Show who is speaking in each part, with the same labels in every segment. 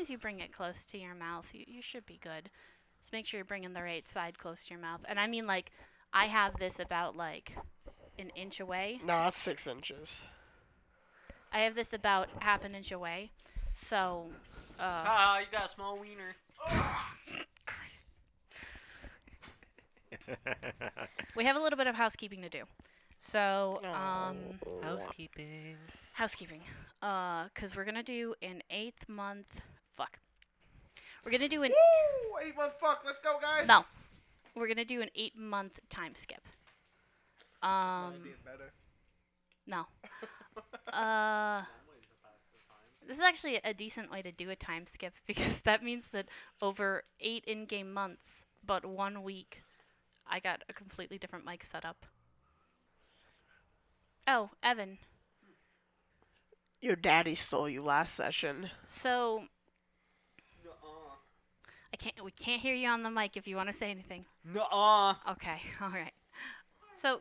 Speaker 1: as you bring it close to your mouth, you, you should be good. Just make sure you're bringing the right side close to your mouth. And I mean, like, I have this about like an inch away.
Speaker 2: No, that's six inches.
Speaker 1: I have this about half an inch away. So, uh,
Speaker 3: Ah, you got a small wiener.
Speaker 1: we have a little bit of housekeeping to do. So, um,
Speaker 3: Housekeeping.
Speaker 1: housekeeping uhbecause we're gonna do an eighth month fuck we're gonna do an
Speaker 4: Woo! Eight month fuck. Let's go, guys.
Speaker 1: no we're gonna do an eight month time skip
Speaker 4: Might
Speaker 1: um
Speaker 4: be better.
Speaker 1: no uh this is actually a decent way to do a time skip because that means that over eight in-game months but one week i got a completely different mic setup oh evan
Speaker 2: Your daddy stole you last session.
Speaker 1: so
Speaker 3: Nuh-uh.
Speaker 1: i can't we can't hear you on the mic if you want to say anything
Speaker 3: Nuh-uh.
Speaker 1: Okay, all right. So,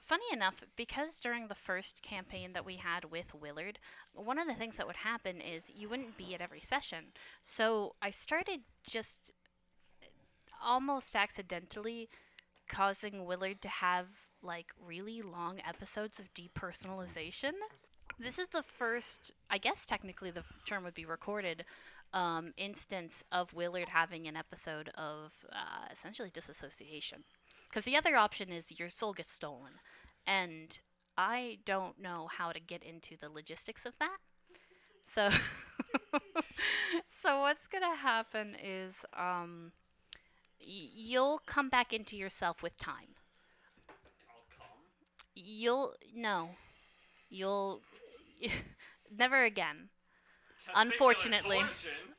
Speaker 1: funny enough, because during the first campaign that we had with Willard, one of the things that would happen is you wouldn't be at every session. So, I started just almost accidentally causing Willard to have like really long episodes of depersonalization. This is the first, I guess technically the f- term would be recorded, um, instance of Willard having an episode of uh, essentially disassociation. Because the other option is your soul gets stolen. And I don't know how to get into the logistics of that. So, so what's going to happen is um, y- you'll come back into yourself with time. You'll, no, you'll, never again. Unfortunately.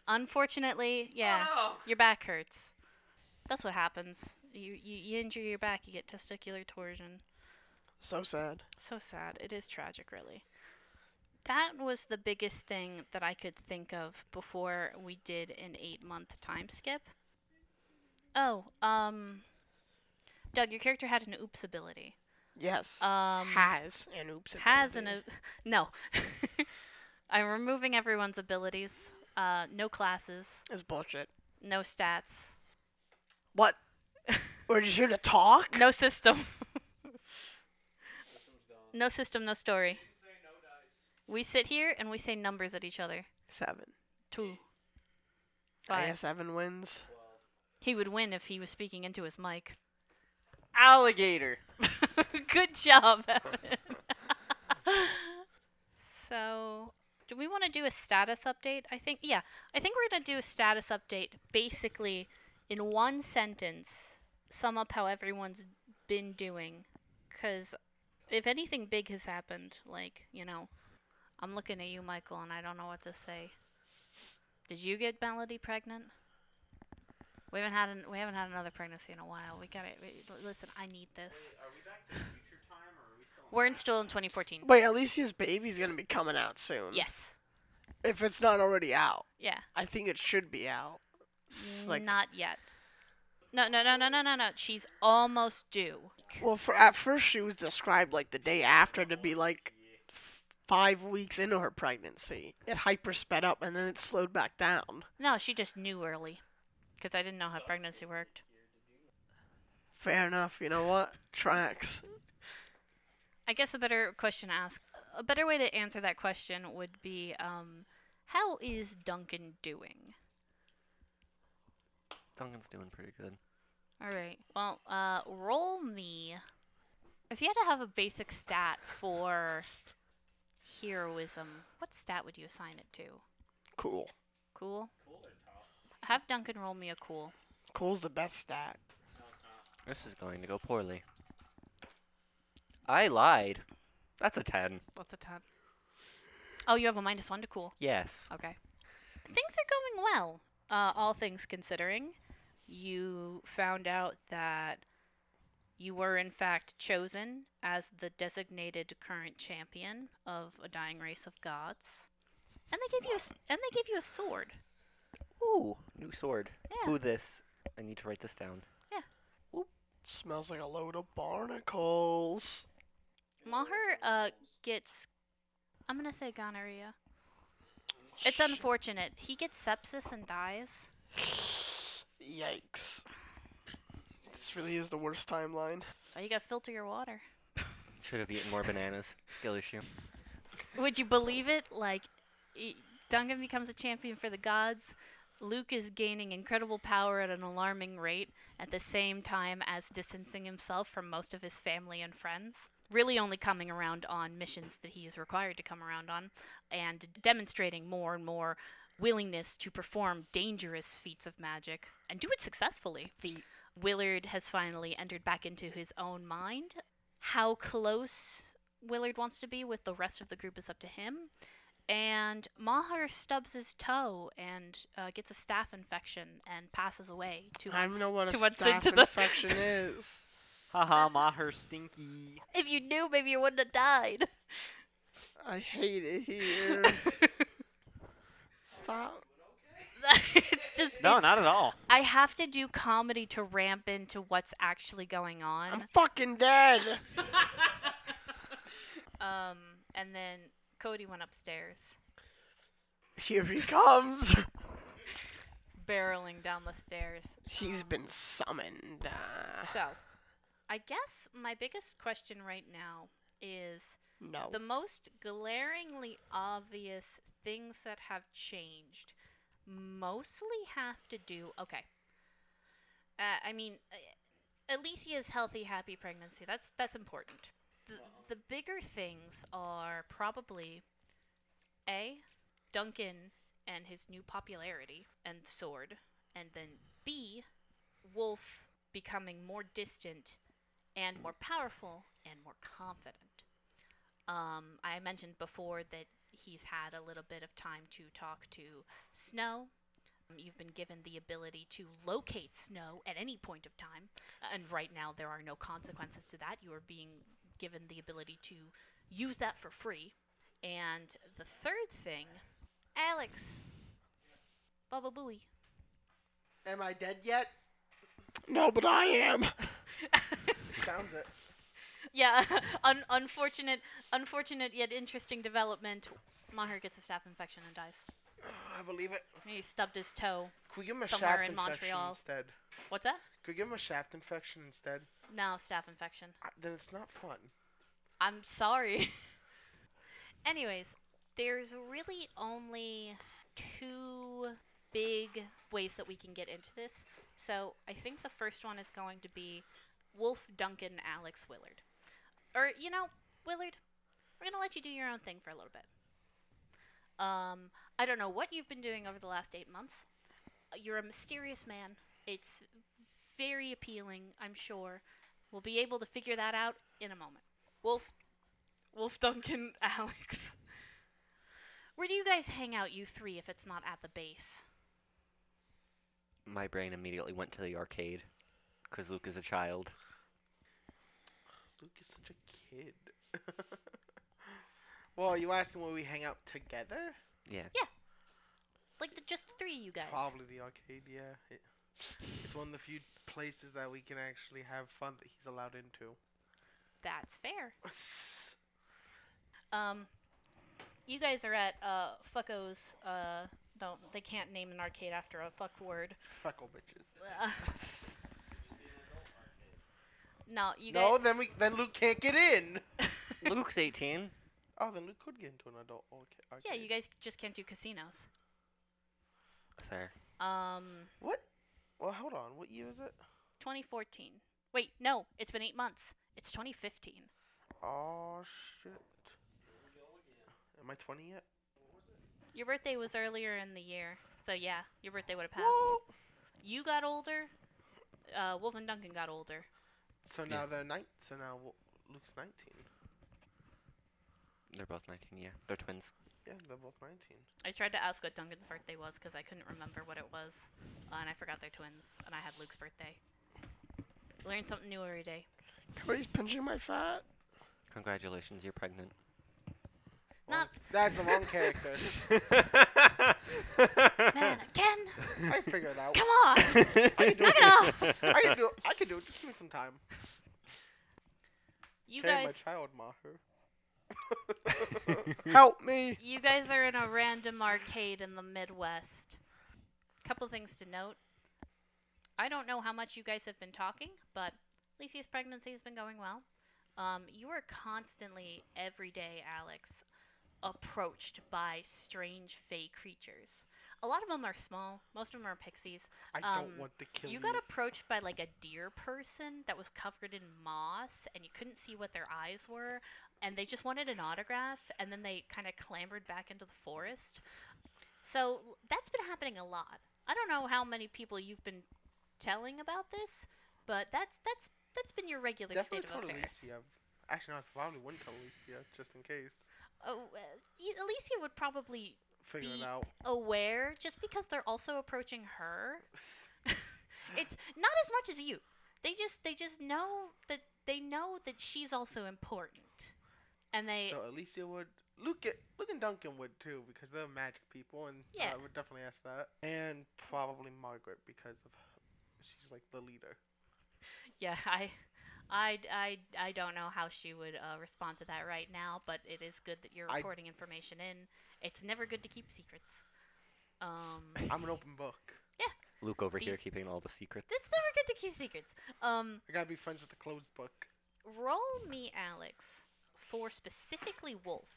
Speaker 1: Unfortunately, yeah.
Speaker 3: Oh,
Speaker 1: Your back hurts. That's what happens. You, you you injure your back, you get testicular torsion.
Speaker 2: So sad.
Speaker 1: So sad. It is tragic, really. That was the biggest thing that I could think of before we did an eight month time skip. Oh, um, Doug, your character had an oops ability.
Speaker 2: Yes.
Speaker 1: Um,
Speaker 2: has an oops.
Speaker 1: has an
Speaker 2: ability.
Speaker 1: o- no. I'm removing everyone's abilities. Uh, no classes,
Speaker 2: It's bullshit.
Speaker 1: no stats,
Speaker 2: What? We're just here to talk.
Speaker 1: no system. No system, no story. We sit here and we say numbers at each other.
Speaker 2: Seven.
Speaker 1: Two.
Speaker 2: I
Speaker 1: Five.
Speaker 2: guess Evan wins.
Speaker 1: He would win if he was speaking into his mic.
Speaker 3: Alligator.
Speaker 1: Good job, Evan. so, do we want to do a status update? I think, yeah, I think we're going to do a status update basically in one sentence, sum up how everyone's been doing. Because if anything big has happened, like, you know, I'm looking at you, Michael, and I don't know what to say. Did you get Melody pregnant? We haven't had an, we haven't had another pregnancy in a while. We gotta we, l- listen. I need this. We're in still in 2014.
Speaker 2: Wait, Alicia's baby's gonna be coming out soon.
Speaker 1: Yes.
Speaker 2: If it's not already out,
Speaker 1: Yeah.
Speaker 2: I think it should be out. S- like,
Speaker 1: Not yet. No, no, no, no, no, no, no. She's almost due.
Speaker 2: well, for at first she was described like the day after to be like f- five weeks into her pregnancy. It hyper sped up and then it slowed back down.
Speaker 1: No, she just knew early, because I didn't know how pregnancy worked.
Speaker 2: Fair enough. You know what? Tracks.
Speaker 1: I guess a better question to ask, a better way to answer that question would be, um, how is Duncan doing?
Speaker 5: Duncan's doing pretty good.
Speaker 1: All right. Well, uh, roll me. If you had to have a basic stat for heroism, what stat would you assign it to?
Speaker 2: Cool.
Speaker 1: Cool. Have Duncan roll me a cool.
Speaker 2: Cool's the best stat.
Speaker 5: This is going to go poorly. I lied. That's a 10.
Speaker 1: What's a ton? Oh, you have a minus one to cool.
Speaker 5: Yes.
Speaker 1: Okay. Things are going well, uh, all things considering. You found out that you were, in fact, chosen as the designated current champion of a dying race of gods. And they gave you a, s- and they gave you a sword.
Speaker 5: Ooh, new sword.
Speaker 1: Yeah.
Speaker 5: Ooh, this. I need to write this down.
Speaker 2: Smells like a load of barnacles.
Speaker 1: Maher uh, gets, I'm going to say gonorrhea. It's unfortunate. He gets sepsis and dies.
Speaker 2: Yikes. This really is the worst timeline.
Speaker 1: So you gotta filter your water.
Speaker 5: Should have eaten more bananas. Skill issue.
Speaker 1: Would you believe it? Like, e- Duncan becomes a champion for the gods. Luke is gaining incredible power at an alarming rate at the same time as distancing himself from most of his family and friends. Really, only coming around on missions that he is required to come around on, and demonstrating more and more willingness to perform dangerous feats of magic and do it successfully. Willard has finally entered back into his own mind. How close Willard wants to be with the rest of the group is up to him. And Maher stubs his toe and uh, gets a staph infection and passes away two
Speaker 2: I
Speaker 1: months,
Speaker 2: don't know what a
Speaker 1: two months
Speaker 2: staph
Speaker 1: into the
Speaker 2: infection is.
Speaker 3: Haha, Maher Stinky.
Speaker 1: If you knew, maybe you wouldn't have died.
Speaker 2: I hate it here. Stop.
Speaker 1: it's just
Speaker 3: No,
Speaker 1: it's-
Speaker 3: not at all.
Speaker 1: I have to do comedy to ramp into what's actually going on.
Speaker 2: I'm fucking dead.
Speaker 1: Um, and then Cody went upstairs,
Speaker 2: Here he comes.
Speaker 1: barreling down the stairs.
Speaker 2: He's been summoned. Uh,
Speaker 1: So, I guess my biggest question right now is
Speaker 2: no.
Speaker 1: the most glaringly obvious things that have changed mostly have to do. Okay. Uh, I mean, uh, Alicia's healthy, happy pregnancy. That's that's important. The, the bigger things are probably a Duncan and his new popularity and sword, and then B Wolf becoming more distant and more powerful and more confident. Um, I mentioned before that he's had a little bit of time to talk to Snow. Um, You've been given the ability to locate Snow at any point of time, and right now there are no consequences to that. You are being given the ability to use that for free. And the third thing, Alex, Bubba Booey.
Speaker 4: Am I dead yet?
Speaker 2: no, but I am.
Speaker 4: Sounds it.
Speaker 1: Yeah, un- unfortunate, unfortunate yet interesting development. Maher gets a staph infection and dies.
Speaker 4: I believe it.
Speaker 1: He stubbed his toe.
Speaker 4: Could we give him a
Speaker 1: Somewhere
Speaker 4: shaft
Speaker 1: in
Speaker 4: infection
Speaker 1: Montreal.
Speaker 4: instead?
Speaker 1: What's that?
Speaker 4: Could we give him a shaft infection instead?
Speaker 1: No, staph infection.
Speaker 4: Uh, then it's not fun.
Speaker 1: I'm sorry. Anyways, there's really only two big ways that we can get into this. So I think the first one is going to be Wolf Duncan Alex Willard. Or, you know, Willard, we're going to let you do your own thing for a little bit. Um, I don't know what you've been doing over the last eight months. Uh, You're a mysterious man. It's very appealing, I'm sure. We'll be able to figure that out in a moment. Wolf, Wolf Duncan, Alex. Where do you guys hang out, you three, if it's not at the base?
Speaker 5: My brain immediately went to the arcade. Because Luke is a child.
Speaker 4: Luke is such a kid. well, are you asking where we hang out together?
Speaker 5: Yeah.
Speaker 1: Like the, just the three of you guys.
Speaker 4: Probably the arcade, yeah. It, it's one of the few places that we can actually have fun that he's allowed into.
Speaker 1: That's fair. Um, you guys are at uh Fucko's. Uh, don't they can't name an arcade after a fuck word.
Speaker 4: Feckle bitches.
Speaker 1: Uh, no, you guys.
Speaker 4: no, then we then Luke can't get in.
Speaker 5: Luke's 18.
Speaker 4: Oh, then Luke could get into an adult arca- arcade.
Speaker 1: Yeah, you guys just can't do casinos.
Speaker 5: Fair.
Speaker 1: Um,
Speaker 4: What? Well, hold on. What year is it?
Speaker 1: 2014. Wait, no, it's been eight months. It's 2015.
Speaker 4: Oh shit. Am I 20 yet?
Speaker 1: Your birthday was earlier in the year, so yeah, your birthday would have passed. You got older. Uh, Wolf and Duncan got older.
Speaker 4: So
Speaker 5: Yeah.
Speaker 4: now they're nine. So now w- Luke's 19.
Speaker 5: They're both 19, yeah. They're twins.
Speaker 4: Yeah, they're both 19.
Speaker 1: I tried to ask what Duncan's birthday was because I couldn't remember what it was, uh, and I forgot they're twins, and I had Luke's birthday. Learn something new every day.
Speaker 2: Cody's pinching my fat.
Speaker 5: Congratulations, you're pregnant.
Speaker 1: Not
Speaker 4: That's the wrong character.
Speaker 1: man, Ken.
Speaker 4: I figured it out.
Speaker 1: Come on,
Speaker 4: do
Speaker 1: knock it off.
Speaker 4: I can do it. I can do it. Just give me some time.
Speaker 1: You
Speaker 4: Carry my
Speaker 1: guys,
Speaker 4: child, Maher.
Speaker 2: Help me.
Speaker 1: You guys are in a random arcade in the Midwest. Couple things to note. I don't know how much you guys have been talking, but Lisia's pregnancy has been going well. Um, you are constantly, every day, Alex, approached by strange fey creatures. A lot of them are small, most of them are pixies.
Speaker 4: I
Speaker 1: Um,
Speaker 4: don't want to kill
Speaker 1: You got approached by like a deer person that was covered in moss and you couldn't see what their eyes were and they just wanted an autograph and then they kind of clambered back into the forest. So l- that's been happening a lot. I don't know how many people you've been telling about this, but that's that's that's been your regular
Speaker 4: Definitely
Speaker 1: state of
Speaker 4: told
Speaker 1: affairs.
Speaker 4: Alicia. Actually, no, I probably wouldn't tell Alicia just in case.
Speaker 1: Oh, uh, y- Alicia would probably
Speaker 4: Figure
Speaker 1: Be-
Speaker 4: it out.
Speaker 1: aware just because they're also approaching her. it's not as much as you. They just they just know that they know that she's also important. And they
Speaker 4: So Alicia would. Luke, it- Luke and Duncan would too because they're magic people, and
Speaker 1: Yeah.
Speaker 4: I would definitely ask that. And probably Margaret because of she's like the leader.
Speaker 1: yeah, I I, I, I don't know how she would uh, respond to that right now, but it is good that you're
Speaker 4: I-
Speaker 1: recording information in. It's never good to keep secrets. Um
Speaker 4: I'm an open book.
Speaker 5: Luke over here
Speaker 1: These-
Speaker 5: keeping all the secrets.
Speaker 1: it's never good to keep secrets. Um
Speaker 4: I gotta be friends with the closed book.
Speaker 1: Roll me, Alex, for specifically Wolf.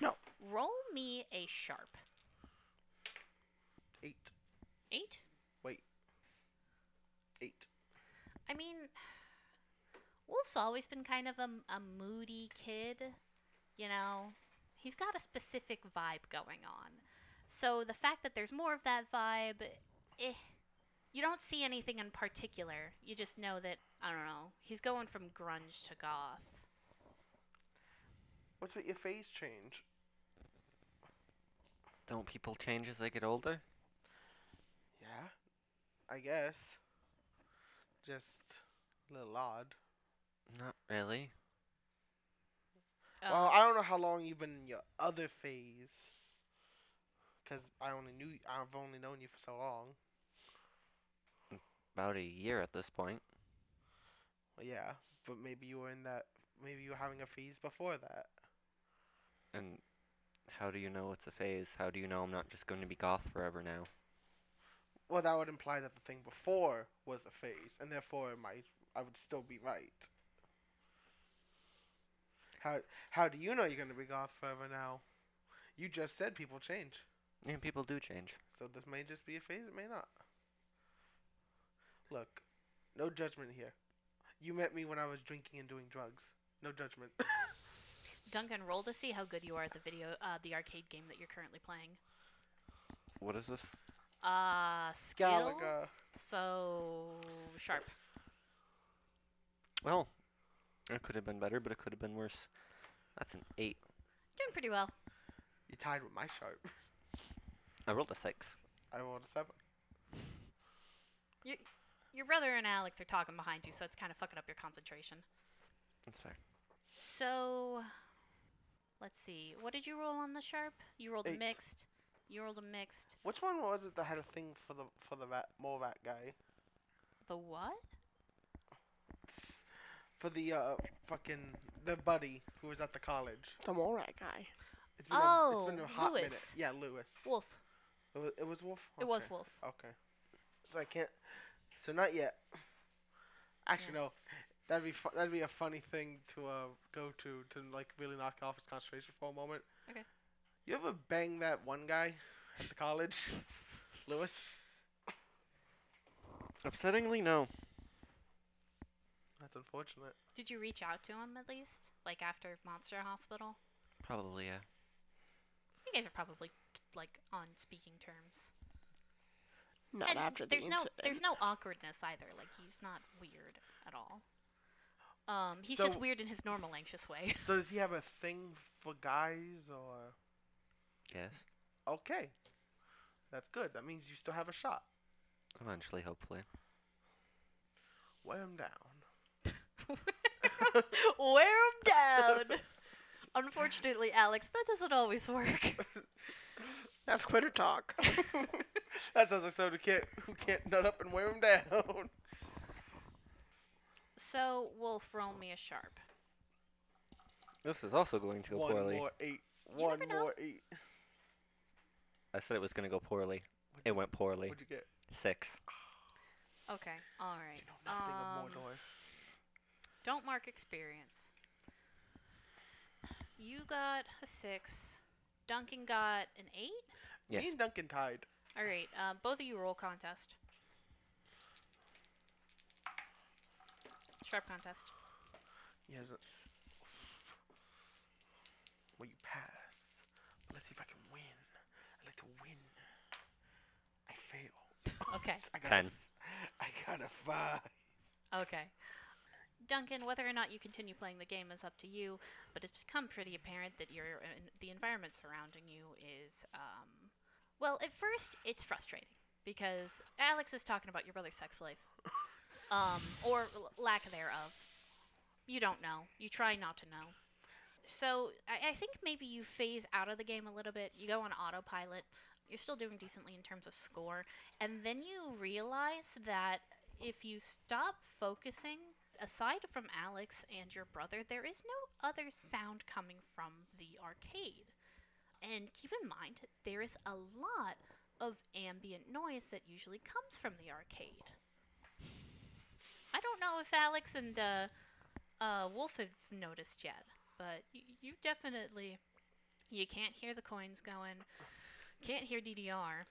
Speaker 2: No.
Speaker 1: Roll me a sharp.
Speaker 4: Eight,
Speaker 1: Eight?
Speaker 4: eight.
Speaker 1: I mean, Wolf's always been kind of a, m- a moody kid. You know, he's got a specific vibe going on. So the fact that there's more of that vibe, eh, you don't see anything in particular. You just know that, I don't know, he's going from grunge to goth.
Speaker 4: What's with your phase change?
Speaker 5: Don't people change as they get older?
Speaker 4: Yeah, I guess. Just a little odd.
Speaker 5: Not really.
Speaker 4: Well,
Speaker 1: Um,
Speaker 4: I don't know how long you've been in your other phase. Cause I only knew I've only known you for so long.
Speaker 5: About a year at this point.
Speaker 4: Well, yeah, but maybe you were in that. Maybe you were having a phase before that.
Speaker 5: And how do you know it's a phase? How do you know I'm not just going to be goth forever now?
Speaker 4: Well, that would imply that the thing before was a phase, and therefore my I would still be right. How how do you know you're gonna be goth forever now? You just said people change,
Speaker 5: Yeah, people do change.
Speaker 4: so this may just be a phase. It may not. Look, no judgment here. You met me when I was drinking and doing drugs. No judgment.
Speaker 1: Duncan, roll to see how good you are at the video, uh, the arcade game that you're currently playing.
Speaker 5: What is this?
Speaker 1: Uh, skill.
Speaker 4: Galaga.
Speaker 1: So sharp.
Speaker 5: Well, it could have been better, but it could have been worse. That's an 8.
Speaker 1: Doing pretty well.
Speaker 4: You tied with my sharp.
Speaker 5: I rolled a 6.
Speaker 4: I rolled a seven.
Speaker 1: Your brother and Alex are talking behind you, so it's kind of fucking up your concentration.
Speaker 5: That's fair.
Speaker 1: So, let's see. What did you roll on the sharp? You rolled a
Speaker 4: Eight.
Speaker 1: mixed. You rolled a mixed.
Speaker 4: Which one was it that had a thing for the for the rat more rat guy?
Speaker 1: The what?
Speaker 4: For the uh fucking the buddy who was at the college.
Speaker 2: The Morat guy.
Speaker 4: It's been a, it's been
Speaker 1: Oh,
Speaker 4: a hot
Speaker 1: Lewis.
Speaker 4: minute. Yeah, Lewis.
Speaker 1: Wolf.
Speaker 4: It was, it was Wolf.
Speaker 1: It was
Speaker 4: Okay.
Speaker 1: Wolf.
Speaker 4: Okay. So I can't. So not yet. Actually, no. That'd be fu- that'd be a funny thing to uh, go to to like really knock off his concentration for a moment.
Speaker 1: Okay.
Speaker 4: You ever bang that one guy at the college, Lewis?
Speaker 5: Upsettingly, no.
Speaker 4: That's unfortunate.
Speaker 1: Did you reach out to him at least? Like after Monster Hospital?
Speaker 5: Probably, yeah.
Speaker 1: You guys are probably t- like on speaking terms.
Speaker 2: Not
Speaker 1: And
Speaker 2: after the
Speaker 1: there's
Speaker 2: incident.
Speaker 1: no there's no awkwardness either. Like he's not weird at all. Um, he's just
Speaker 4: So-
Speaker 1: weird in his normal anxious way.
Speaker 4: So does he have a thing for guys or?
Speaker 5: Yes.
Speaker 4: Okay. That's good. That means you still have a shot.
Speaker 5: Eventually, hopefully.
Speaker 4: Wear him down.
Speaker 1: Wear 'em down. Unfortunately, Alex, that doesn't always work.
Speaker 2: That's quitter talk.
Speaker 4: that sounds like someone who can't, who can't nut up and wear him down.
Speaker 1: So, Wolf, roll me a sharp.
Speaker 5: This is also going to go
Speaker 4: One
Speaker 5: poorly.
Speaker 4: more eight.
Speaker 1: You
Speaker 4: One
Speaker 1: never know.
Speaker 4: more eight.
Speaker 5: I said it was going to go poorly. It went poorly.
Speaker 4: What'd you get?
Speaker 5: Six.
Speaker 1: Okay. All right.
Speaker 4: You know nothing
Speaker 1: Um,
Speaker 4: of Mordor.
Speaker 1: Don't mark experience. You got a six. Duncan got an eight.
Speaker 5: Yes.
Speaker 4: Me and Duncan tied.
Speaker 1: All right. Uh, both of you roll contest. Sharp contest.
Speaker 4: Yes. Well, you pass. But let's see if I can win. I like to win. I fail.
Speaker 1: Okay.
Speaker 4: I got
Speaker 5: Ten.
Speaker 4: A, I got a five.
Speaker 1: Okay. Duncan, whether or not you continue playing the game is up to you, but it's become pretty apparent that your uh, en- the environment surrounding you is um, well. At first, it's frustrating because Alex is talking about your brother's sex life, um, or l- lack thereof. You don't know. You try not to know. So I, I think maybe you phase out of the game a little bit. You go on autopilot. You're still doing decently in terms of score, and then you realize that if you stop focusing, aside from Alex and your brother, there is no other sound coming from the arcade. And keep in mind, there is a lot of ambient noise that usually comes from the arcade. I don't know if Alex and uh, uh, Wolf have noticed yet, but you, you definitely you can't hear the coins going, can't hear DDR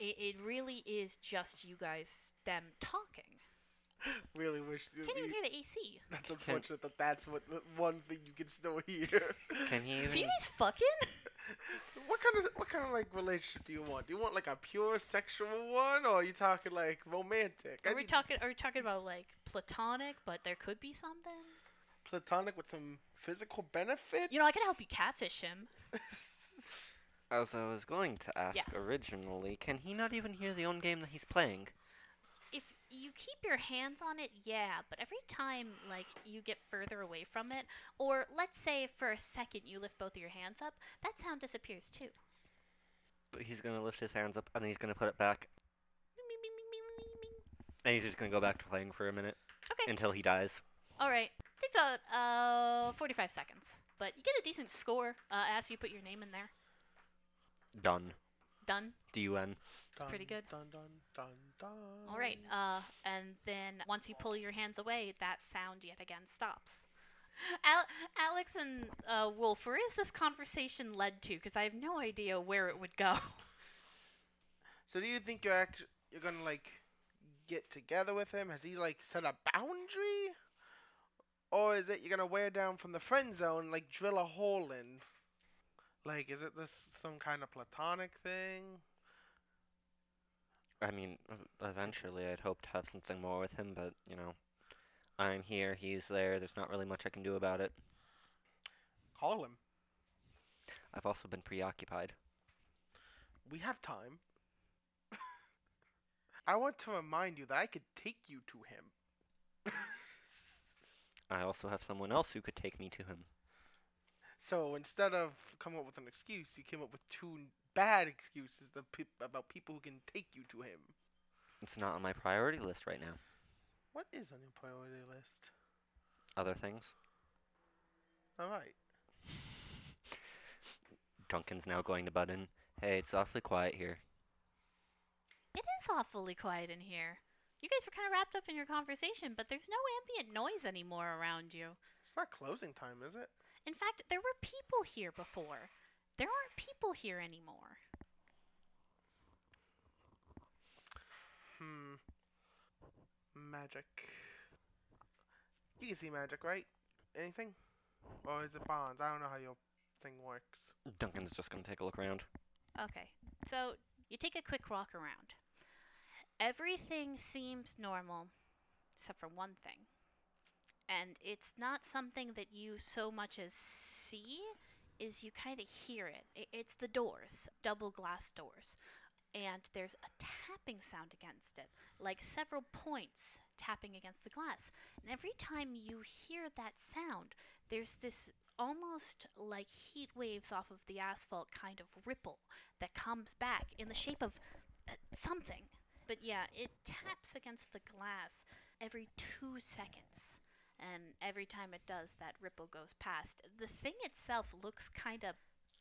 Speaker 1: it, it really is just you guys them talking.
Speaker 4: Really wish. that
Speaker 1: Can't even
Speaker 4: we-
Speaker 1: hear the AC.
Speaker 4: That's unfortunate that that's what the one thing you can still hear.
Speaker 5: Can he
Speaker 1: Do you
Speaker 5: even?
Speaker 1: guys fucking?
Speaker 4: what kind of what kind of like relationship do you want? Do you want like a pure sexual one, or are you talking like romantic? I
Speaker 1: Are we
Speaker 4: need
Speaker 1: talking? Are we talking about like platonic? But there could be something.
Speaker 4: platonic with some physical benefits?
Speaker 1: You know, I could help you catfish him.
Speaker 5: As I was going to ask originally, can he not even hear the own game that he's playing?
Speaker 1: If you keep your hands on it, yeah. But every time, like you get further away from it, or let's say for a second you lift both of your hands up, that sound disappears too.
Speaker 5: But he's going to lift his hands up and he's going to put it back, and he's just going to go back to playing for a minute
Speaker 1: Okay.
Speaker 5: until he dies.
Speaker 1: All right. Takes about uh 45 seconds, but you get a decent score uh, as you put your name in there.
Speaker 5: Done.
Speaker 1: Done.
Speaker 5: D U N.
Speaker 1: It's pretty good.
Speaker 4: Dun dun dun dun.
Speaker 1: All right. Uh, and then once you pull your hands away, that sound yet again stops. Al- Alex and uh, Wolf, where is this conversation led to? Because I have no idea where it would go.
Speaker 4: So do you think you're actually you're gonna like get together with him? Has he like set a boundary, or is it you're gonna wear down from the friend zone, like drill a hole in? Like, is it this some kind of platonic thing?
Speaker 5: I mean, ev- eventually I'd hope to have something more with him, but, you know, I'm here, he's there, there's not really much I can do about it.
Speaker 4: Call him.
Speaker 5: I've also been preoccupied.
Speaker 4: We have time. I want to remind you that I could take you to him.
Speaker 5: I also have someone else who could take me to him.
Speaker 4: So instead of coming up with an excuse, you came up with two n- bad excuses the peop about people who can take you to him.
Speaker 5: It's not on my priority list right now.
Speaker 4: What is on your priority list?
Speaker 5: Other things?
Speaker 4: All right.
Speaker 5: Duncan's now going to butt in. Hey, it's awfully quiet here.
Speaker 1: It is awfully quiet in here. You guys were kind of wrapped up in your conversation, but there's no ambient noise anymore around you.
Speaker 4: It's not closing time, is it?
Speaker 1: In fact, there were people here before. There aren't people here anymore.
Speaker 4: Hmm. Magic. You can see magic, right? Anything? Or is it bonds? I don't know how your thing works.
Speaker 5: Duncan's just going to take a look around.
Speaker 1: Okay, so you take a quick walk around. Everything seems normal, except for one thing. And it's not something that you so much as see, is you kind of hear it. I- It's the doors, double glass doors. And there's a tapping sound against it, like several points tapping against the glass. And every time you hear that sound, there's this almost like heat waves off of the asphalt kind of ripple that comes back in the shape of uh, something. But yeah, it taps against the glass every two seconds. and every time it does, that ripple goes past. The thing itself looks kind of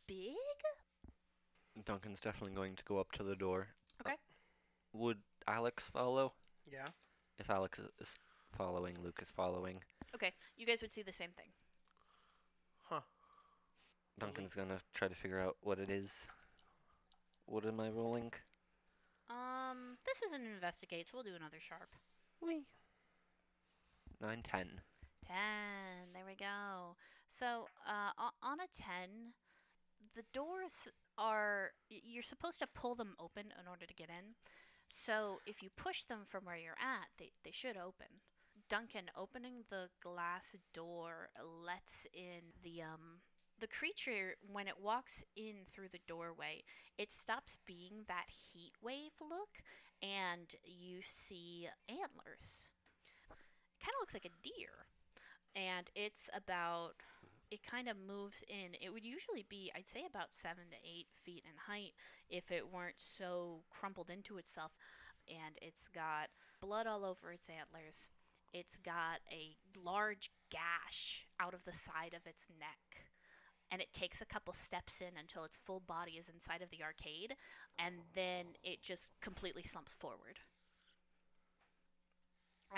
Speaker 1: big.
Speaker 5: Duncan's definitely going to go up to the door. Uh,
Speaker 1: Okay.
Speaker 5: Would Alex follow?
Speaker 4: Yeah.
Speaker 5: If Alex is- is following, Luke is following.
Speaker 1: Okay, you guys would see the same thing.
Speaker 5: Duncan's gonna try to figure out what it is. What am I rolling?
Speaker 1: Um, this is an investigate, so we'll do another sharp.
Speaker 5: We. Nine ten.
Speaker 1: 10. There we go. So, uh, o- on a 10, the doors are. y- You're supposed to pull them open in order to get in. So, if you push them from where you're at, they, they should open. Duncan opening the glass door lets in the um the creature when it walks in through the doorway it stops being that heat wave look and you see antlers kind of looks like a deer and it's about it kind of moves in it would usually be i'd say about seven to eight feet in height if it weren't so crumpled into itself and it's got blood all over its antlers it's got a large gash out of the side of its neck and it takes a couple steps in until its full body is inside of the arcade and then it just completely slumps forward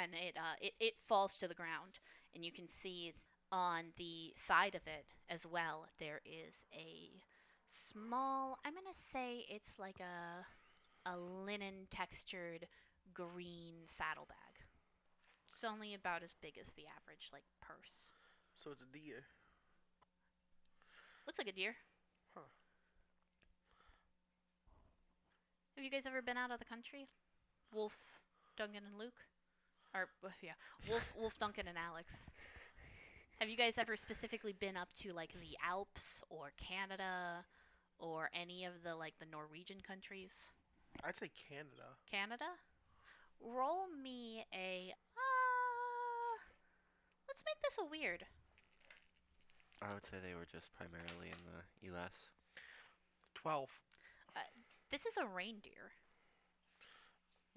Speaker 1: and it uh, it, it falls to the ground and you can see on the side of it as well there is a small i'm gonna say it's like a a linen textured green saddlebag it's only about as big as the average like purse
Speaker 4: So it's a deer.
Speaker 1: looks like a deer
Speaker 4: Huh.
Speaker 1: have you guys ever been out of the country wolf duncan and luke or uh, yeah wolf wolf duncan and alex have you guys ever specifically been up to like the alps or canada or any of the like the norwegian countries
Speaker 4: I'd say Canada.
Speaker 1: Canada. Roll me a. Uh, let's make this a weird.
Speaker 5: I would say they were just primarily in the U.S.
Speaker 4: Twelve.
Speaker 1: This is a reindeer.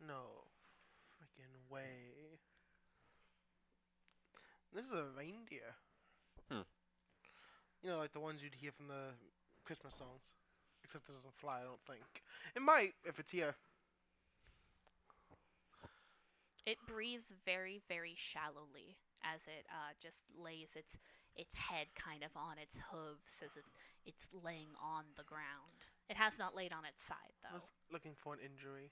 Speaker 4: No freaking way. This is a reindeer.
Speaker 5: Hmm.
Speaker 4: You know, like the ones you'd hear from the Christmas songs. Except it doesn't fly, I don't think. It might, if it's here.
Speaker 1: It breathes very, very shallowly as it uh, just lays its its head kind of on its hooves as it, it's laying on the ground. It has not laid on its side
Speaker 4: I
Speaker 1: though.
Speaker 4: was looking for an injury.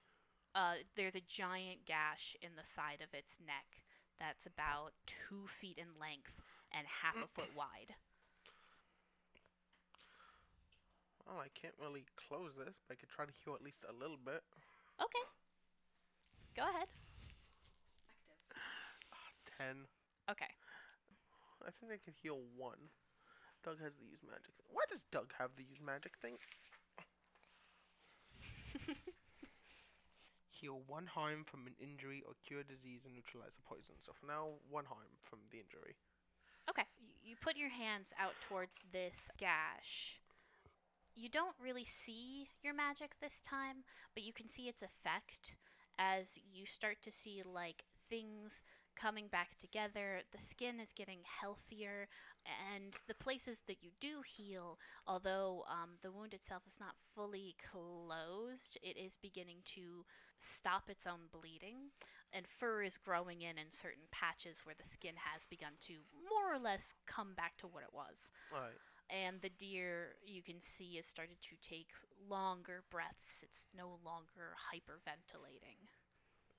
Speaker 1: Uh, there's a giant gash in the side of its neck that's about two feet in length and half a foot wide.
Speaker 4: Oh, I can't really close this, but I could try to heal at least a little bit.
Speaker 1: Okay. Go ahead.
Speaker 4: Ten.
Speaker 1: Okay.
Speaker 4: I think I can heal one. Doug has the use magic thing. Why does Doug have the use magic thing? heal one harm from an injury or cure disease and neutralize the poison. So for now, one harm from the injury.
Speaker 1: Okay. You, you put your hands out towards this gash. You don't really see your magic this time, but you can see its effect as you start to see like things coming back together. The skin is getting healthier, and the places that you do heal, although um, the wound itself is not fully closed, it is beginning to stop its own bleeding. and fur is growing in in certain patches where the skin has begun to more or less come back to what it was.
Speaker 4: Alright.
Speaker 1: And the deer, you can see, has started to take longer breaths. It's no longer hyperventilating.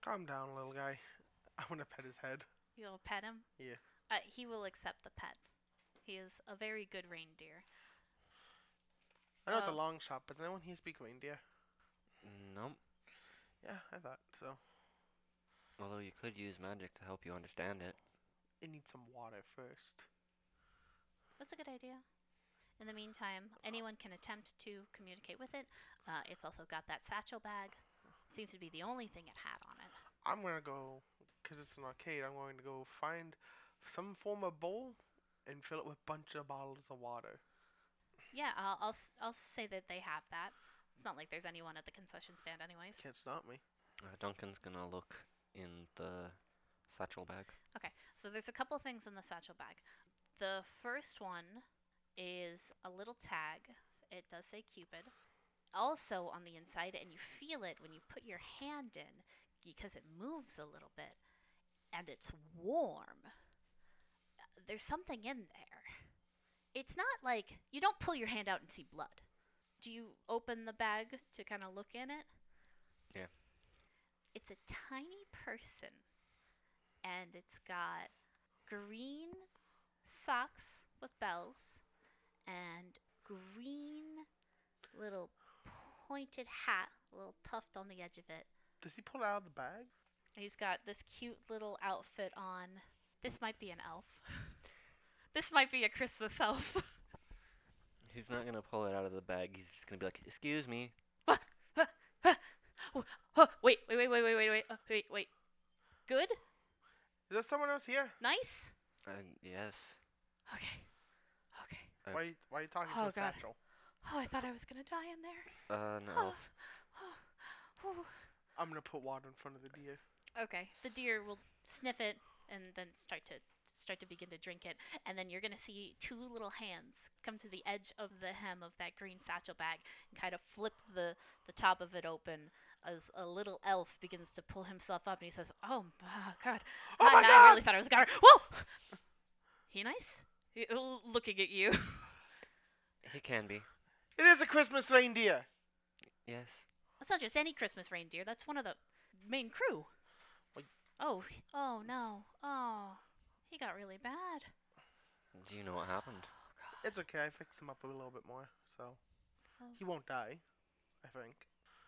Speaker 4: Calm down, little guy. I want to pet his head.
Speaker 1: You'll pet him?
Speaker 4: Yeah.
Speaker 1: Uh, he will accept the pet. He is a very good reindeer.
Speaker 4: I know it's a
Speaker 1: Oh.
Speaker 4: long shot, but does anyone here speak reindeer?
Speaker 5: Nope.
Speaker 4: Yeah, I thought so.
Speaker 5: Although you could use magic to help you understand it.
Speaker 4: It needs some water first.
Speaker 1: That's a good idea. In the meantime, anyone can attempt to communicate with it. Uh, it's also got that satchel bag. Seems to be the only thing it had on it.
Speaker 4: I'm gonna go, cause it's an arcade. I'm going to go find some form of bowl and fill it with bunch of bottles of water.
Speaker 1: Yeah, I'll, I'll, s- I'll say that they have that. It's not like there's anyone at the concession stand, anyways.
Speaker 4: Can't stop me.
Speaker 5: Uh, Duncan's gonna look in the Satchel bag.
Speaker 1: So there's a couple things in the satchel bag. The first one is a little tag. It does say Cupid. Also on the inside, and you feel it when you put your hand in because it moves a little bit and it's warm. Uh, There's something in there. It's not like you don't pull your hand out and see blood. Do you open the bag to kind of look in it?
Speaker 5: Yeah.
Speaker 1: It's a tiny person and it's got green socks with bells and green little pointed hat, a little tuft on the edge of it.
Speaker 4: Does he pull it out of the bag?
Speaker 1: He's got this cute little outfit on. This might be an elf. this might be a Christmas elf.
Speaker 5: He's not gonna pull it out of the bag. He's just gonna be like, "Excuse me."
Speaker 1: Oh, oh, wait, wait, wait, wait, wait, wait, wait, oh, wait, wait. Good?
Speaker 4: Is there someone else here?
Speaker 1: Nice?
Speaker 5: And Uh, yes,
Speaker 1: Okay. Okay.
Speaker 5: Uh,
Speaker 4: Why, why are you talking
Speaker 1: oh,
Speaker 4: to a
Speaker 1: God.
Speaker 4: satchel?
Speaker 1: Oh, I thought I was gonna die in there.
Speaker 5: uh, no.
Speaker 1: Oh, oh, oh.
Speaker 4: I'm gonna put water in front of the deer.
Speaker 1: Okay. The deer will sniff it and then start to start to begin to drink it, and then you're gonna see two little hands come to the edge of the hem of that green satchel bag and kind of flip the the top of it open as a little elf begins to pull himself up and he says, "Oh my god!
Speaker 4: Oh
Speaker 1: I,
Speaker 4: my
Speaker 1: I really
Speaker 4: God!"
Speaker 1: thought I was gonna. Whoa! He nice? He- l- Looking at you.
Speaker 5: He can be.
Speaker 4: It is a Christmas reindeer.
Speaker 5: Yes.
Speaker 1: That's not just any Christmas reindeer. That's one of the main crew.
Speaker 4: Like-
Speaker 1: Oh, he- oh no. Oh, he got really bad.
Speaker 5: Do you know what happened?
Speaker 4: It's okay. I fixed him up a little bit more, so
Speaker 1: Oh.
Speaker 4: he won't die. I think.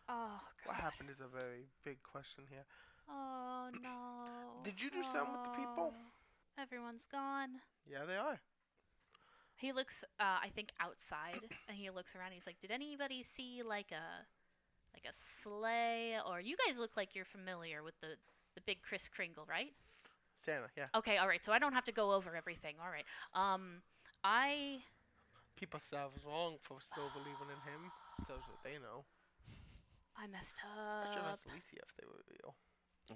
Speaker 1: Oh god.
Speaker 4: What happened is a very big question here.
Speaker 1: Oh no.
Speaker 4: Did you do something with the people?
Speaker 1: Oh, Everyone's gone.
Speaker 4: Yeah, they are.
Speaker 1: He looks uh I think outside and he looks around. He's like, "Did anybody see like a like a sleigh or you guys look like you're familiar with the the big Kris Kringle, right?"
Speaker 4: Santa. Yeah.
Speaker 1: Okay, all right. So I don't have to go over everything. All right. Um I
Speaker 4: People said I was wrong for still believing in him. So is what they know.
Speaker 1: I messed
Speaker 4: I should have
Speaker 1: up.
Speaker 4: asked Alicia if they were real.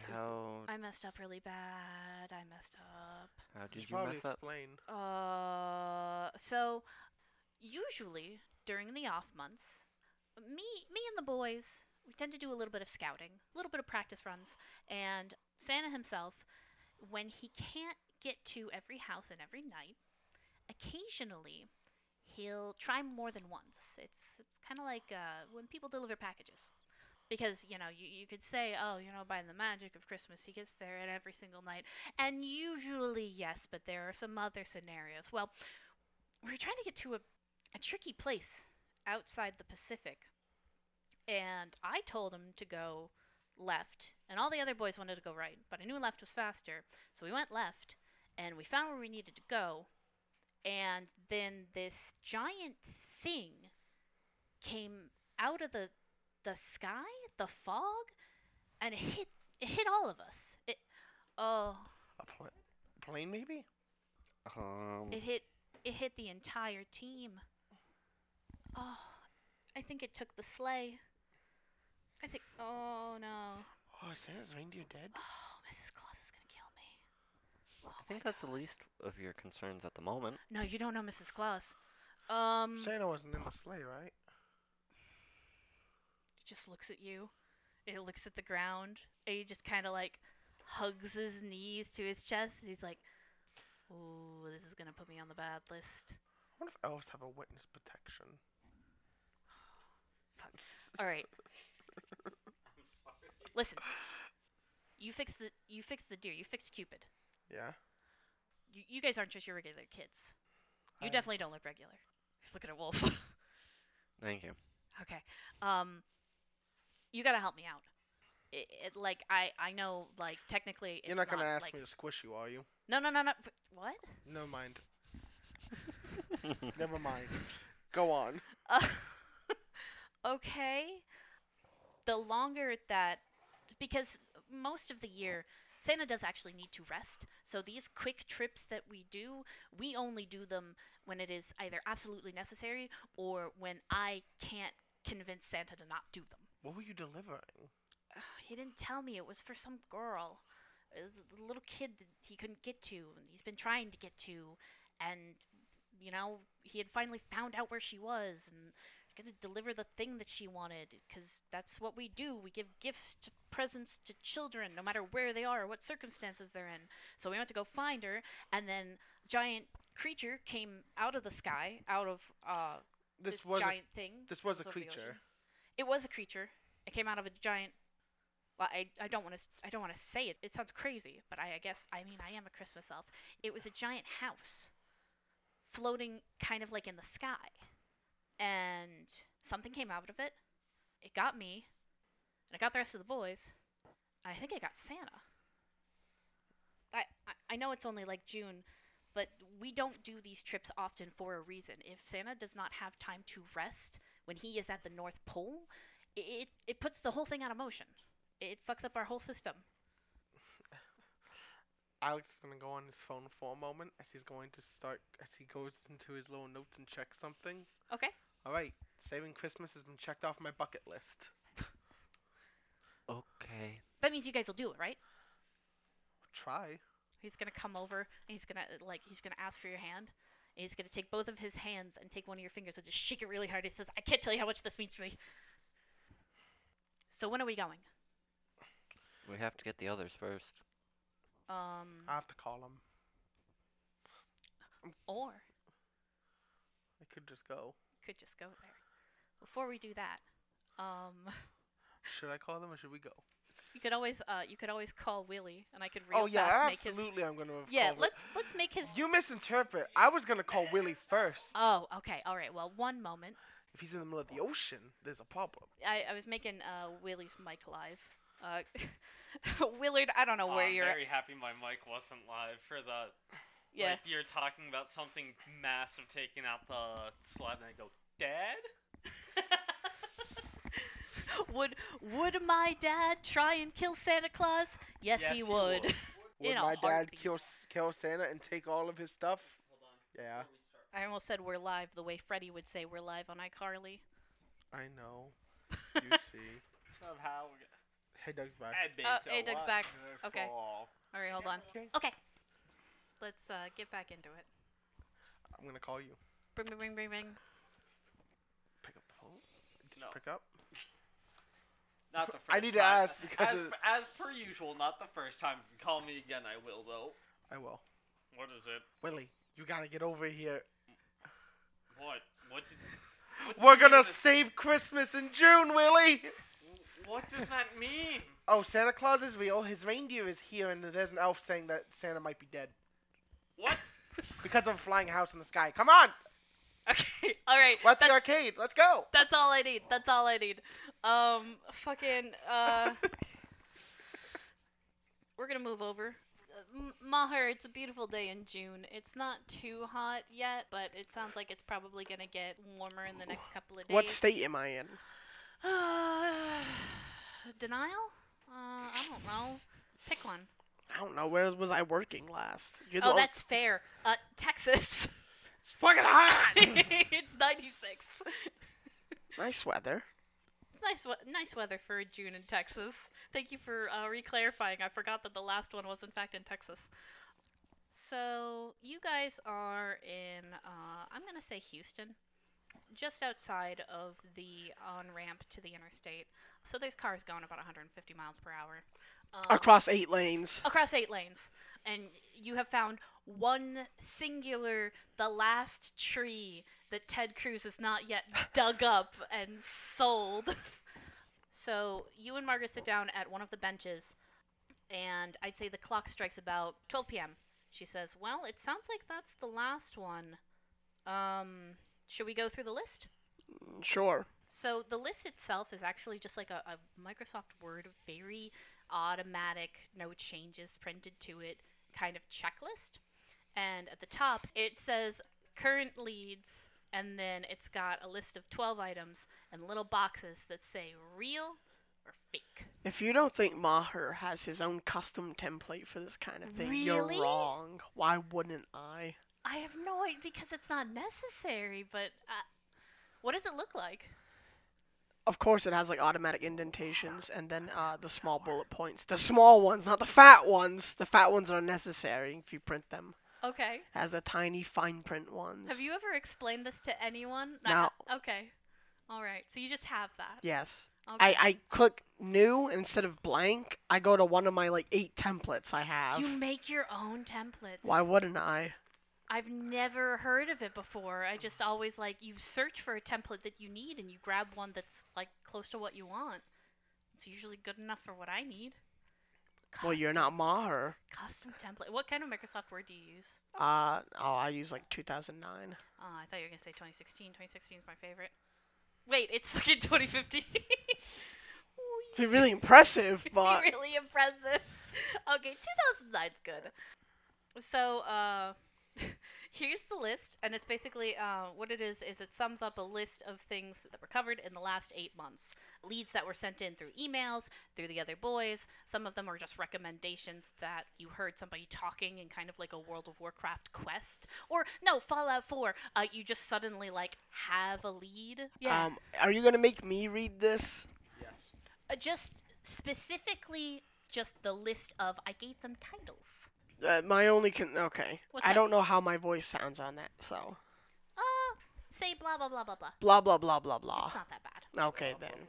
Speaker 5: How
Speaker 1: I messed up really bad. I messed up.
Speaker 5: how did
Speaker 4: She's
Speaker 5: you
Speaker 4: probably
Speaker 5: mess up?
Speaker 4: explain.
Speaker 1: Uh, so usually during the off months, me me and the boys we tend to do a little bit of scouting, a little bit of practice runs, and Santa himself, when he can't get to every house and every night, occasionally he'll try more than once. It's it's kind of like uh, when people deliver packages. Because, you know, you, you could say, oh, you know, by the magic of Christmas, he gets there at every single night. And usually, yes, but there are some other scenarios. Well, we're trying to get to a, a tricky place outside the Pacific. And I told him to go left, and all the other boys wanted to go right, but I knew left was faster. So we went left, and we found where we needed to go. And then this giant thing came out of the the sky, the fog, and it hit it hit all of us. It oh,
Speaker 4: A pla- plane, maybe?
Speaker 5: Um,
Speaker 1: it hit it hit the entire team. Oh, I think it took the sleigh. I think oh no.
Speaker 4: Oh, is Santa's reindeer dead?
Speaker 1: Oh, Mrs. Claus is going to kill me. Oh
Speaker 5: I think that's the least of your concerns at the moment.
Speaker 1: No, you don't know Mrs. Claus. Um
Speaker 4: Santa wasn't in the sleigh, right?
Speaker 1: it just looks at you. It looks at the ground. And he just kind of like hugs his knees to his chest. And he's like, "Ooh, this is going to put me on the bad list."
Speaker 4: I wonder if elves have a witness protection.
Speaker 1: Fuck. All right. Listen. You fix the you fix the deer. You fix Cupid.
Speaker 4: Yeah.
Speaker 1: You, you guys aren't just your regular kids. You
Speaker 4: I-
Speaker 1: definitely don't look regular. He's looking at Wolf.
Speaker 5: Thank you.
Speaker 1: Okay. Um, you gotta help me out. It, it, like I, I know like technically it's
Speaker 4: You're not gonna ask
Speaker 1: like,
Speaker 4: me to squish you, are you?
Speaker 1: No, no, no, no. but- What?
Speaker 4: Never mind. Never mind. Go on.
Speaker 1: Uh, okay. The longer that, because most of the year, Santa does actually need to rest. So these quick trips that we do, we only do them when it is either absolutely necessary or when I can't convince Santa to not do them.
Speaker 4: What were you delivering?
Speaker 1: Ugh, He didn't tell me it was for some girl. It was the little kid that he couldn't get to, and he's been trying to get to, and you know he had finally found out where she was, and gonna deliver the thing that she wanted, 'cause that's what we do. We give gifts, to, presents to children, no matter where they are, or what circumstances they're in. So we went to go find her, and then giant creature came out of the sky, out of uh,
Speaker 4: This,
Speaker 1: this,
Speaker 4: was a,
Speaker 1: giant thing.
Speaker 4: this was a
Speaker 1: that over the ocean.
Speaker 4: creature.
Speaker 1: It was a creature. It came out of a giant. Well, I, I don't want to I don't want to say it. It sounds crazy, but I, I guess I mean I am a Christmas elf. It was a giant house, floating kind of like in the sky, and something came out of it. It got me, and it got the rest of the boys, and I think it got Santa. I I, I know it's only like June. But we don't do these trips often for a reason. If Santa does not have time to rest, when he is at the North Pole, i- it it puts the whole thing out of motion. It fucks up our whole system.
Speaker 4: Alex is gonna go on his phone for a moment as he's going to start as he goes into his little notes and checks something.
Speaker 1: Okay.
Speaker 4: All right, saving Christmas has been checked off my bucket list.
Speaker 5: Okay.
Speaker 1: That means you guys will do it, right?
Speaker 4: Try.
Speaker 1: He's gonna come over and he's gonna uh, like he's gonna ask for your hand. And he's gonna take both of his hands and take one of your fingers and just shake it really hard. He says, "I can't tell you how much this means to me." So when are we going?
Speaker 5: We have to get the others first.
Speaker 1: Um,
Speaker 4: I have to call him.
Speaker 1: or
Speaker 4: I could just go.
Speaker 1: could just go there. Before we do that, um,
Speaker 4: Should I call them or should we go?
Speaker 1: you could always uh you could always call Willie and I could real
Speaker 4: Oh yeah,
Speaker 1: fast make his
Speaker 4: absolutely. I'm gonna. have
Speaker 1: yeah.
Speaker 4: called Wi-
Speaker 1: Let's let's make his
Speaker 4: You misinterpret. I was gonna call Willie first.
Speaker 1: Oh, okay. All right. Well, one moment.
Speaker 4: if he's in the middle of the ocean, there's a problem.
Speaker 1: I, I was making uh, Willie's mic live. Uh, Willard, I don't know where
Speaker 3: Oh, I'm
Speaker 1: you're at.
Speaker 3: very happy my mic wasn't live for the.
Speaker 1: Yeah.
Speaker 3: Like you're talking about something massive taking out the slide, and I go, Dad?
Speaker 1: would would my dad try and kill Santa Claus? Yes,
Speaker 3: Yes,
Speaker 1: he
Speaker 3: he
Speaker 1: would.
Speaker 3: would.
Speaker 1: In
Speaker 4: Would
Speaker 1: a
Speaker 4: my dad
Speaker 1: heartbeat.
Speaker 4: kill S- kill Santa and take all of his stuff? Yeah,
Speaker 1: I almost said we're live the way Freddie would say we're live on iCarly.
Speaker 4: I know. You see.
Speaker 3: Of how we're gonna.
Speaker 4: Hey, Doug's back.
Speaker 3: I'd be
Speaker 1: Uh,
Speaker 3: so
Speaker 1: hey, Doug's
Speaker 3: what
Speaker 1: back.
Speaker 3: the
Speaker 1: Okay.
Speaker 3: fall.
Speaker 1: All right, hold on.
Speaker 4: Okay.
Speaker 1: Okay. Let's uh, get back into it.
Speaker 4: I'm gonna call you.
Speaker 1: Bring, bring, bring, bring, bring.
Speaker 4: Pick up the phone. Did
Speaker 3: No.
Speaker 4: you pick up?
Speaker 3: Not the first
Speaker 4: I need to
Speaker 3: time.
Speaker 4: ask because
Speaker 3: as,
Speaker 4: of-
Speaker 3: per- as per usual, not the first time. If you call me again, I will though.
Speaker 4: I will.
Speaker 3: What is it?
Speaker 4: Willie, you gotta get over here.
Speaker 3: What? What did? What did
Speaker 4: We're
Speaker 3: you
Speaker 4: gonna
Speaker 3: just-
Speaker 4: save Christmas in June, Willie.
Speaker 3: What does that mean?
Speaker 4: Oh, Santa Claus is real. His reindeer is here, and there's an elf saying that Santa might be dead
Speaker 3: What?
Speaker 4: because of a flying house in the sky. Come on,
Speaker 1: Okay. All right.
Speaker 4: we're at the
Speaker 1: that's-
Speaker 4: arcade. Let's go.
Speaker 1: That's all I need. That's all I need. Um, fucking. Uh, we're gonna move over. Uh, M- Maher, it's a beautiful day in June. It's not too hot yet, but it sounds like it's probably gonna get warmer in the next couple of days.
Speaker 2: What state am I in?
Speaker 1: denial? Uh, I don't know. Pick one.
Speaker 2: I don't know. Where was I working last? You're the
Speaker 1: Oh,
Speaker 2: only-
Speaker 1: that's fair. Uh, Texas.
Speaker 2: It's fucking hot.
Speaker 1: it's 96.
Speaker 2: nice weather.
Speaker 1: It's nice, we- nice weather for June in Texas. Thank you for uh, reclarifying. I forgot that the last one was in fact in Texas. So you guys are in, uh, I'm gonna say Houston, just outside of the on ramp to the interstate. So there's cars going about 150 miles per hour. Um,
Speaker 2: Across eight lanes.
Speaker 1: across eight lanes and you have found one singular the last tree that ted cruz has not yet dug up and sold so you and margaret sit down at one of the benches and i'd say the clock strikes about 12 p.m she says well it sounds like that's the last one um should we go through the list Oh.
Speaker 2: Sure.
Speaker 1: so the list itself is actually just like a, a Microsoft Word, very automatic, no changes printed to it kind of checklist. And at the top, it says current leads, and then it's got a list of 12 items and little boxes that say real or fake.
Speaker 2: If you don't think Maher has his own custom template for this kind of thing, you're
Speaker 1: Really?
Speaker 2: wrong. Why wouldn't I?
Speaker 1: I have no idea because it's not necessary, but uh, what does it look like?
Speaker 2: of course, it has like automatic indentations and then uh, the small bullet points. The small ones, not the fat ones. The fat ones are necessary if you print them.
Speaker 1: Okay.
Speaker 2: It has the tiny fine print ones.
Speaker 1: Have you ever explained this to anyone?
Speaker 2: No.
Speaker 1: I- okay. All right. So you just have that.
Speaker 2: Yes.
Speaker 1: Okay.
Speaker 2: I, I click new and instead of blank, I go to one of my like eight templates I have.
Speaker 1: you make your own templates.
Speaker 2: Why wouldn't I?
Speaker 1: I've never heard of it before. I just always like you search for a template that you need and you grab one that's like close to what you want. It's usually good enough for what I need.
Speaker 2: Well, you're
Speaker 1: Custom-
Speaker 2: not Maher.
Speaker 1: Custom template. What kind of Microsoft Word do you use?
Speaker 2: Uh, oh, I use like 2009.
Speaker 1: Oh, I thought you were going to say 2016. 2016 is my favorite. Wait, it's fucking 2015.
Speaker 2: It'd be really impressive,
Speaker 1: It'd be
Speaker 2: but
Speaker 1: really impressive. Okay, 2009's good. So, uh, here's the list, and it's basically uh, what it is is it sums up a list of things that were covered in the last eight months. Leads that were sent in through emails, through the other boys. Some of them are just recommendations that you heard somebody talking in kind of like a World of Warcraft quest, or no Fallout 4. Uh, you just suddenly like have a lead. Yeah.
Speaker 2: um, are you gonna make me read this?
Speaker 3: Yes.
Speaker 1: Uh, just specifically just the list of I gave them titles.
Speaker 2: Uh, my only con- okay.
Speaker 1: What's
Speaker 2: I
Speaker 1: that?
Speaker 2: don't know how my voice sounds on that, so
Speaker 1: Uh say blah blah blah blah blah.
Speaker 2: blah blah blah blah blah.
Speaker 1: It's not that bad.
Speaker 2: Okay then.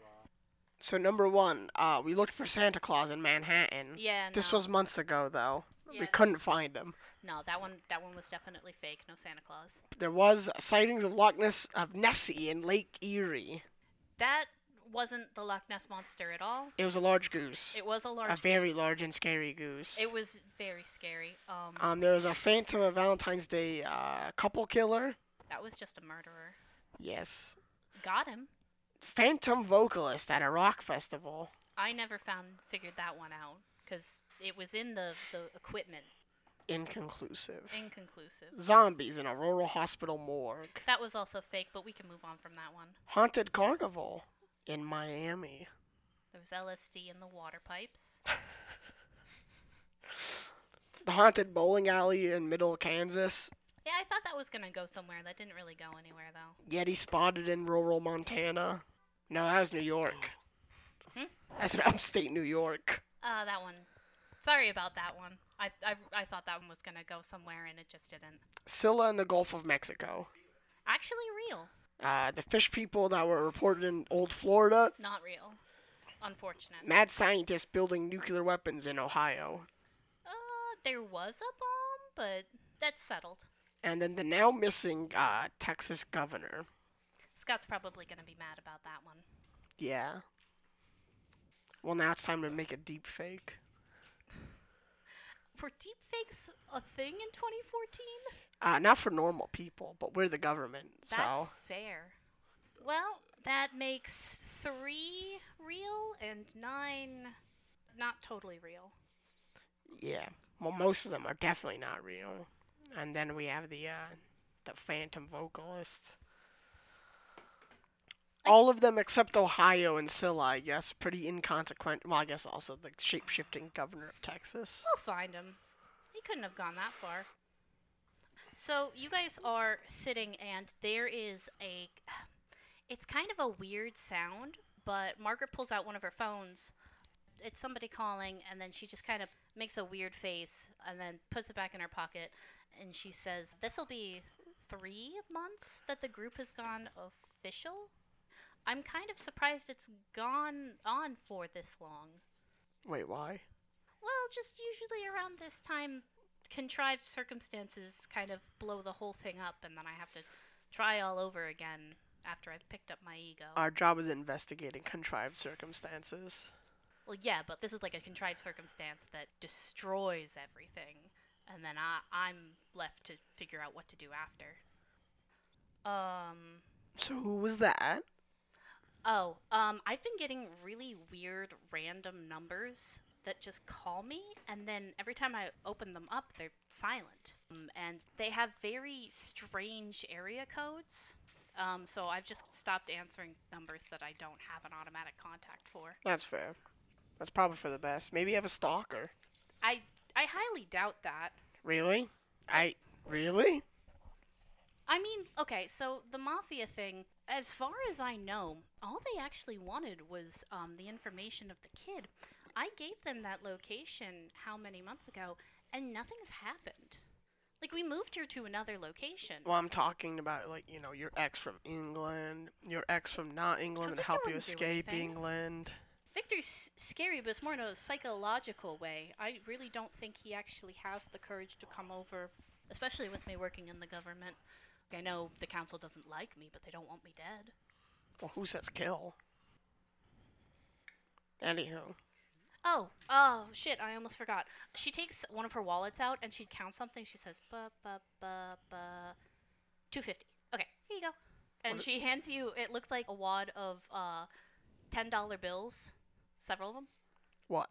Speaker 2: So number one, uh, we looked for Santa Claus in Manhattan.
Speaker 1: Yeah.
Speaker 2: Mm. This
Speaker 1: no.
Speaker 2: was months ago though.
Speaker 1: Yeah.
Speaker 2: We couldn't find him.
Speaker 1: No, that one that one was definitely fake. No Santa Claus.
Speaker 2: There was sightings of Loch Ness of Nessie in Lake Erie.
Speaker 1: That wasn't the Loch Ness monster at all.
Speaker 2: It was a large goose.
Speaker 1: It was a large
Speaker 2: a very
Speaker 1: goose.
Speaker 2: large and scary goose.
Speaker 1: It was very scary. Um,
Speaker 2: um, there was a Phantom of Valentine's Day uh, couple killer.
Speaker 1: that was just a murderer.
Speaker 2: Yes.
Speaker 1: Got him.
Speaker 2: Phantom vocalist at a rock festival.
Speaker 1: I never found figured that one out because it was in the the equipment.
Speaker 2: Inconclusive.
Speaker 1: Inconclusive.
Speaker 2: Zombies in a rural hospital morgue.
Speaker 1: That was also fake, but we can move on from that one.
Speaker 2: Haunted carnival in Miami.
Speaker 1: There was LSD in the water pipes.
Speaker 2: The haunted bowling alley in middle Kansas.
Speaker 1: Yeah, I thought that was gonna go somewhere. That didn't really go anywhere though.
Speaker 2: Yeti spotted in rural Montana. No, that was New York.
Speaker 1: Hmm?
Speaker 2: That's in upstate New York.
Speaker 1: Uh, that one. Sorry about that one. I, I, I thought that one was gonna go somewhere and it just didn't.
Speaker 2: Scylla in the Gulf of Mexico.
Speaker 1: Actually, real,
Speaker 2: Uh, the fish people that were reported in old Florida.
Speaker 1: not real. Unfortunate.
Speaker 2: Mad scientists building nuclear weapons in Ohio.
Speaker 1: Uh, there was a bomb, but that's settled.
Speaker 2: And then the now missing uh, Texas governor.
Speaker 1: Scott's probably gonna be mad about that one.
Speaker 2: Yeah. Well, now it's time to make a deep fake.
Speaker 1: Were deepfakes a thing in 2014?
Speaker 2: Uh, not for normal people, but we're the government,
Speaker 1: That's
Speaker 2: so
Speaker 1: fair. Well, that makes three real and nine not totally real.
Speaker 2: yeah. Well, most of them are definitely not real. And then we have the uh, the phantom vocalist.
Speaker 1: I-
Speaker 2: All of them except Ohio and Scylla, I guess, pretty inconsequential. Well, I guess also the shape shifting governor of Texas.
Speaker 1: We'll find him. He couldn't have gone that far. So you guys are sitting, and there is a. It's kind of a weird sound, but Margaret pulls out one of her phones. It's somebody calling, and then she just kind of makes a weird face and then puts it back in her pocket. And she says, This will be three months that the group has gone official. I'm kind of surprised it's gone on for this long.
Speaker 2: Wait, why?
Speaker 1: Well, just usually around this time, contrived circumstances kind of blow the whole thing up, and then I have to try all over again after I've picked up my ego.
Speaker 2: Our job is investigating contrived circumstances.
Speaker 1: well, yeah, but this is like a contrived circumstance that destroys everything, and then I, I'm left to figure out what to do after. Um.
Speaker 2: So who was that?
Speaker 1: Oh, um, I've been getting really weird random numbers that just call me, and then every time I open them up, they're silent. Um, and they have very strange area codes. Um, so I've just stopped answering numbers that I don't have an automatic contact for.
Speaker 2: That's fair. That's probably for the best. Maybe you have a stalker.
Speaker 1: I I highly doubt that.
Speaker 2: Really? I really?
Speaker 1: I mean, okay, so the mafia thing, as far as I know, all they actually wanted was um, the information of the kid. I gave them that location how many months ago, and nothing's happened. Like we moved her to another location.
Speaker 2: Well, I'm talking about like you know your ex from England, your ex from not England, to
Speaker 1: Victor
Speaker 2: help you
Speaker 1: wouldn't do
Speaker 2: escape
Speaker 1: anything.
Speaker 2: England.
Speaker 1: Victor's s- scary, but it's more in a psychological way. I really don't think he actually has the courage to come over, especially with me working in the government. I know the council doesn't like me, but they don't want me dead.
Speaker 2: Well, who says kill? Anywho,
Speaker 1: Oh, oh shit! I almost forgot. She takes one of her wallets out and she counts something. She says, "Ba ba ba ba, two fifty. Okay, here you go." And
Speaker 2: What i-
Speaker 1: she hands you. It looks like a wad of uh, ten dollar bills, several of them.
Speaker 2: what?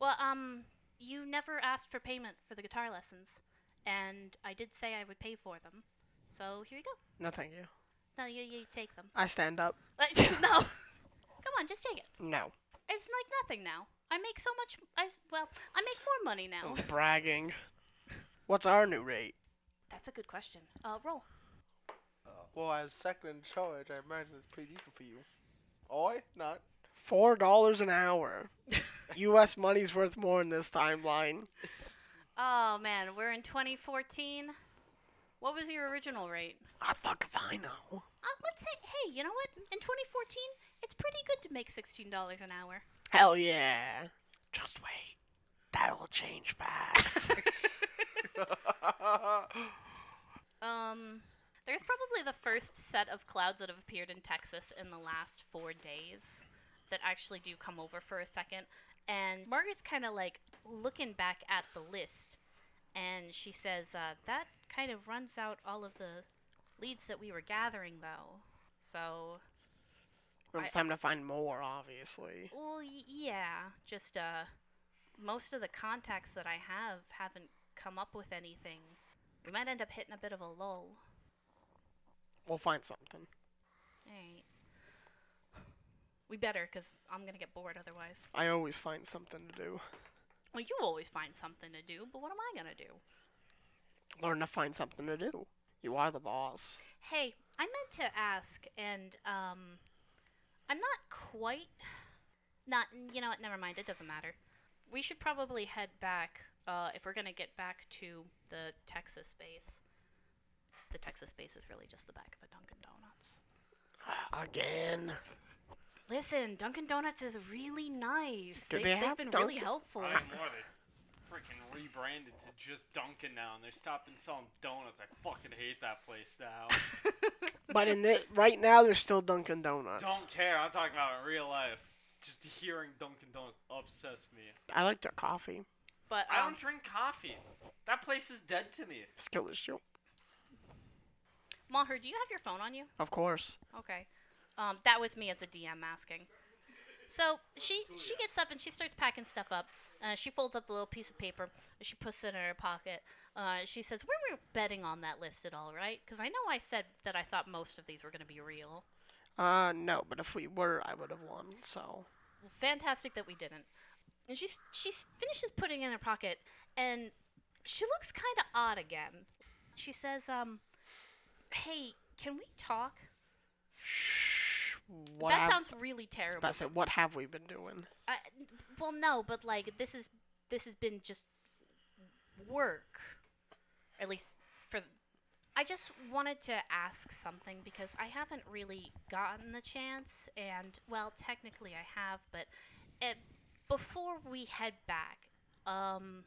Speaker 1: Well, um, you never asked for payment for the guitar lessons, and I did say I would pay for them. So here you go.
Speaker 2: No, thank you.
Speaker 1: No, you you take them.
Speaker 2: I stand up.
Speaker 1: Like, no, come on, just take it.
Speaker 2: No.
Speaker 1: It's like nothing now. I make so much. I s- well, I make more money now.
Speaker 2: Oh, bragging. What's our new rate?
Speaker 1: That's a good question. Uh, roll.
Speaker 4: Oh. Well, as second in charge, I imagine it's pretty decent for you. Oi, not.
Speaker 2: Four dollars an hour. U.S. money's worth more in this timeline.
Speaker 1: Oh man, we're in 2014. What was your original rate?
Speaker 2: I fuck if I know.
Speaker 1: Uh, let's say, hey, you know what? In 2014, it's pretty good to make $16 an hour.
Speaker 2: Hell yeah. Just wait. That'll change fast.
Speaker 1: Um, there's probably the first set of clouds that have appeared in Texas in the last four days that actually do come over for a second. And Margaret's kind of like looking back at the list, and she says, uh, That kind of runs out all of the leads that we were gathering, though. So,
Speaker 2: it's time to find more, obviously.
Speaker 1: Well, y- yeah, just uh, most of the contacts that I have haven't come up with anything. We might end up hitting a bit of a lull.
Speaker 2: We'll find something.
Speaker 1: Alright. We better, because I'm gonna get bored otherwise.
Speaker 2: I always find something to do.
Speaker 1: Well, you always find something to do, but what am I gonna do?
Speaker 2: Learn to find something to do. You are the boss.
Speaker 1: Hey, I meant to ask, and um, I'm not quite. Not you know what? Never mind. It doesn't matter. We should probably head back uh, if we're gonna get back to the Texas base. The Texas base is really just the back of a Dunkin' Donuts.
Speaker 2: Again.
Speaker 1: Listen, Dunkin' Donuts is really nice.
Speaker 2: Do they
Speaker 1: have
Speaker 2: have
Speaker 1: been really
Speaker 2: Dunkin'?
Speaker 1: helpful.
Speaker 3: I am more they freaking rebranded to just Dunkin' now, and they're stopping selling donuts. I fucking hate that place now.
Speaker 2: But in the, right now, there's still Dunkin' Donuts.
Speaker 3: Don't care. I'm talking about in real life. Just hearing Dunkin' Donuts upsets me.
Speaker 2: I like their coffee.
Speaker 1: but
Speaker 3: I
Speaker 1: um,
Speaker 3: don't drink coffee. That place is dead to me.
Speaker 2: Skill is you.
Speaker 1: Maher, do you have your phone on you?
Speaker 2: Of course.
Speaker 1: Okay. Um, that was me at the DM asking. So she she gets up and she starts packing stuff up. Uh, she folds up the little piece of paper. and She puts it in her pocket. Uh, she says, "We weren't betting on that list at all, right? Because I know I said that I thought most of these were going to be real.
Speaker 2: Uh, no, but if we were, I would have won, so.
Speaker 1: Fantastic that we didn't." And she s- she s- finishes putting it in her pocket, and she looks kind of odd again. She says, "Um, hey, can we talk?
Speaker 2: Shh. What
Speaker 1: that
Speaker 2: have,
Speaker 1: sounds really terrible."
Speaker 2: about to say, what have we been doing?
Speaker 1: I, well, no, but like this is this has been just work, at least for. th- I just wanted to ask something because I haven't really gotten the chance, and well, technically I have, but it, before we head back, um,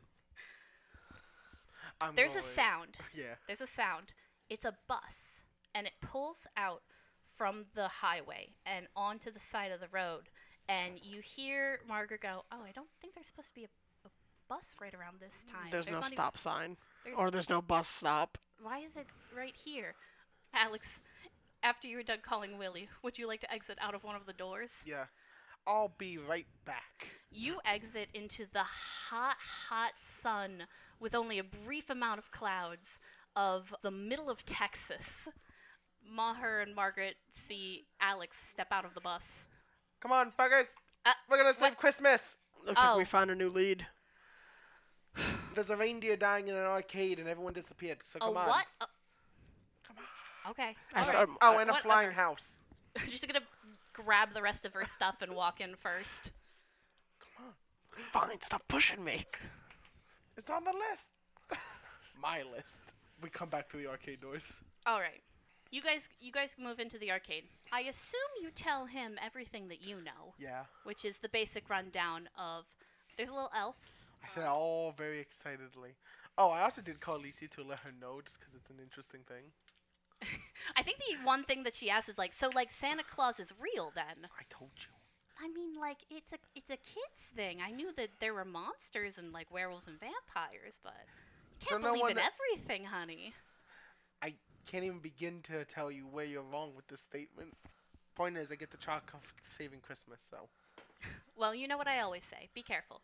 Speaker 4: I'm
Speaker 1: there's a
Speaker 4: going-
Speaker 1: sound.
Speaker 4: Yeah.
Speaker 1: There's a sound. It's a bus, and it pulls out from the highway and onto the side of the road. And you hear Margaret go, "Oh, I don't think there's supposed to be a, a bus right around this time.
Speaker 2: Mm, There's, no
Speaker 1: not even-
Speaker 2: stop sign.
Speaker 1: there's-
Speaker 2: Or there's no bus stop.
Speaker 1: why is it right here?" Alex, after you were done calling Willie, would you like to exit out of one of the doors?
Speaker 4: Yeah. I'll be right back.
Speaker 1: You exit into the hot, hot sun with only a brief amount of clouds of the middle of Texas. Maher and Margaret see Alex step out of the bus.
Speaker 4: Come on, fuckers.
Speaker 1: Uh,
Speaker 4: We're gonna save Christmas.
Speaker 2: Looks like we
Speaker 1: Oh.
Speaker 2: found a new lead.
Speaker 4: There's a reindeer dying in an arcade and everyone disappeared.
Speaker 1: A
Speaker 4: So come on.
Speaker 1: what? A, Okay.
Speaker 2: I
Speaker 1: all right.
Speaker 2: started,
Speaker 4: Oh, and a
Speaker 1: What
Speaker 4: flying
Speaker 1: other-
Speaker 4: house.
Speaker 1: She's gonna grab the rest of her stuff and walk in first.
Speaker 2: fine, stop pushing me.
Speaker 4: It's on the list. My list. We come back to the arcade doors.
Speaker 1: All right. You guys, you guys move into the arcade. I assume you tell him everything that you know,
Speaker 4: Yeah.
Speaker 1: which is the basic rundown of. There's a little elf.
Speaker 4: I said it all very excitedly. Oh, I also did call Lisi to let her know just because it's an interesting thing.
Speaker 1: I think the one thing that she asks is like, so like Santa Claus is real then?
Speaker 4: I told you.
Speaker 1: I mean, like it's a it's a kids thing. I knew that there were monsters and like werewolves and vampires, but you
Speaker 4: So
Speaker 1: can't
Speaker 4: no
Speaker 1: believe
Speaker 4: one
Speaker 1: in
Speaker 4: that-
Speaker 1: everything, honey.
Speaker 4: I can't even begin to tell you where you're wrong with this statement. Point is, I get the child conf- saving Christmas, so.
Speaker 1: Well, you know what I always say: be careful.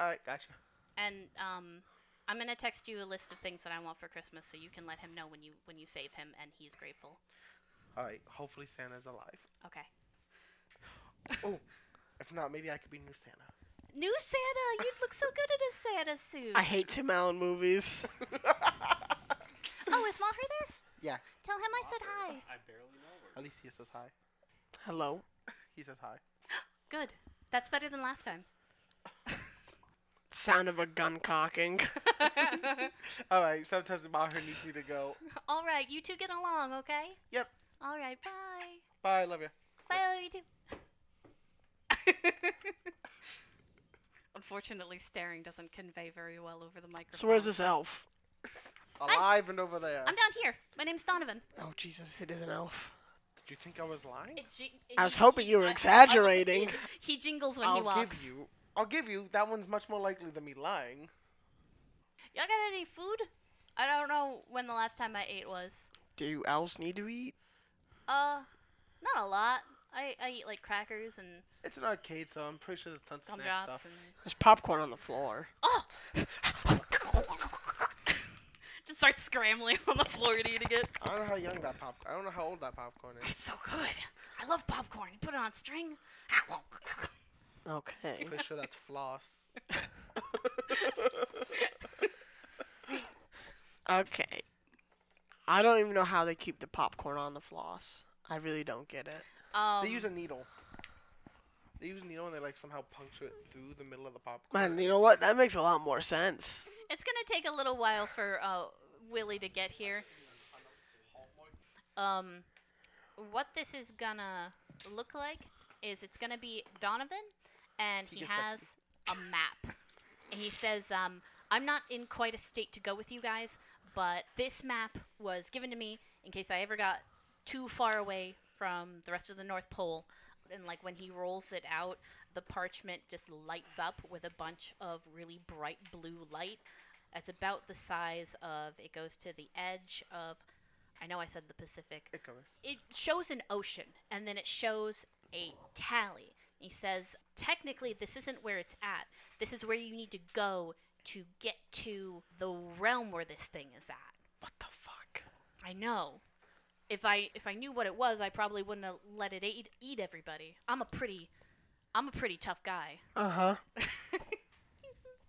Speaker 4: Alright, gotcha.
Speaker 1: And um, I'm gonna text you a list of things that I want for Christmas, so you can let him know when you when you save him, and he's grateful.
Speaker 4: Alright, hopefully Santa's alive.
Speaker 1: Okay.
Speaker 4: oh, if not, maybe I could be new Santa.
Speaker 1: New Santa, you'd look so good in a Santa suit.
Speaker 2: I hate Tim Allen movies.
Speaker 1: oh, is Maher there?
Speaker 4: Yeah,
Speaker 1: Tell him I said hi.
Speaker 3: I barely know her.
Speaker 4: at least he says hi.
Speaker 2: Hello.
Speaker 4: He says hi.
Speaker 1: Good. That's better than last time.
Speaker 2: Sound of a gun cocking.
Speaker 4: Alright, sometimes Maher needs me to go.
Speaker 1: All right, you two get along, okay?
Speaker 4: Yep,
Speaker 1: All right, bye.
Speaker 4: bye, love you.
Speaker 1: Bye, love you too. Unfortunately, staring doesn't convey very well over the microphone.
Speaker 2: So where's this elf?
Speaker 4: Alive and over there.
Speaker 1: I'm down here. My name's Donovan.
Speaker 2: Oh Jesus, it is an elf.
Speaker 4: Did you think I was lying?
Speaker 1: It jing-
Speaker 2: I was
Speaker 1: he-
Speaker 2: hoping
Speaker 1: he-
Speaker 2: you were
Speaker 1: I- I was-
Speaker 2: exaggerating.
Speaker 1: he jingles when he
Speaker 4: I'll
Speaker 1: walks.
Speaker 4: give you. I'll give you. That one's much more likely than me lying.
Speaker 1: Y'all got any food? I don't know when the last time I ate was.
Speaker 2: Do elves need to eat?
Speaker 1: Uh, not a lot. I, I eat like crackers and
Speaker 4: It's an arcade, so I'm pretty sure there's tons of snack
Speaker 1: gumdrops
Speaker 4: stuff.
Speaker 1: and
Speaker 2: There's popcorn on the floor.
Speaker 1: oh. Just starts scrambling on the floor and eating it.
Speaker 4: I don't know how young that pop. I don't know how old that popcorn is.
Speaker 1: It's so good. I love popcorn. You put it on string.
Speaker 2: Okay.
Speaker 4: I'm pretty sure that's floss.
Speaker 2: Okay. I don't even know how they keep the popcorn on the floss. I really don't get it.
Speaker 1: Um,
Speaker 4: they use a needle. They use a needle and they like somehow puncture it through the middle of the popcorn.
Speaker 2: Man, you know what? That makes a lot more sense.
Speaker 1: It's gonna take a little while for uh, Willie to get here. Um, what this is gonna look like is it's gonna be Donovan, and
Speaker 4: He
Speaker 1: he,
Speaker 4: just said-
Speaker 1: has a map. And he says, um, "I'm not in quite a state to go with you guys, but this map was given to me in case I ever got too far away from the rest of the North Pole." And like when he rolls it out, the parchment just lights up with a bunch of really bright blue light. It's about the size of it goes to the edge of I know I said the Pacific.
Speaker 4: Icarus.
Speaker 1: It shows an ocean and then it shows a tally. He says, technically, this isn't where it's at. This is where you need to go to get to the realm where this thing is at.
Speaker 2: What the fuck?
Speaker 1: I know. If I if I knew what it was, I probably wouldn't have let it eat, eat everybody. I'm a pretty I'm a pretty tough guy.
Speaker 2: Uh huh.
Speaker 1: He's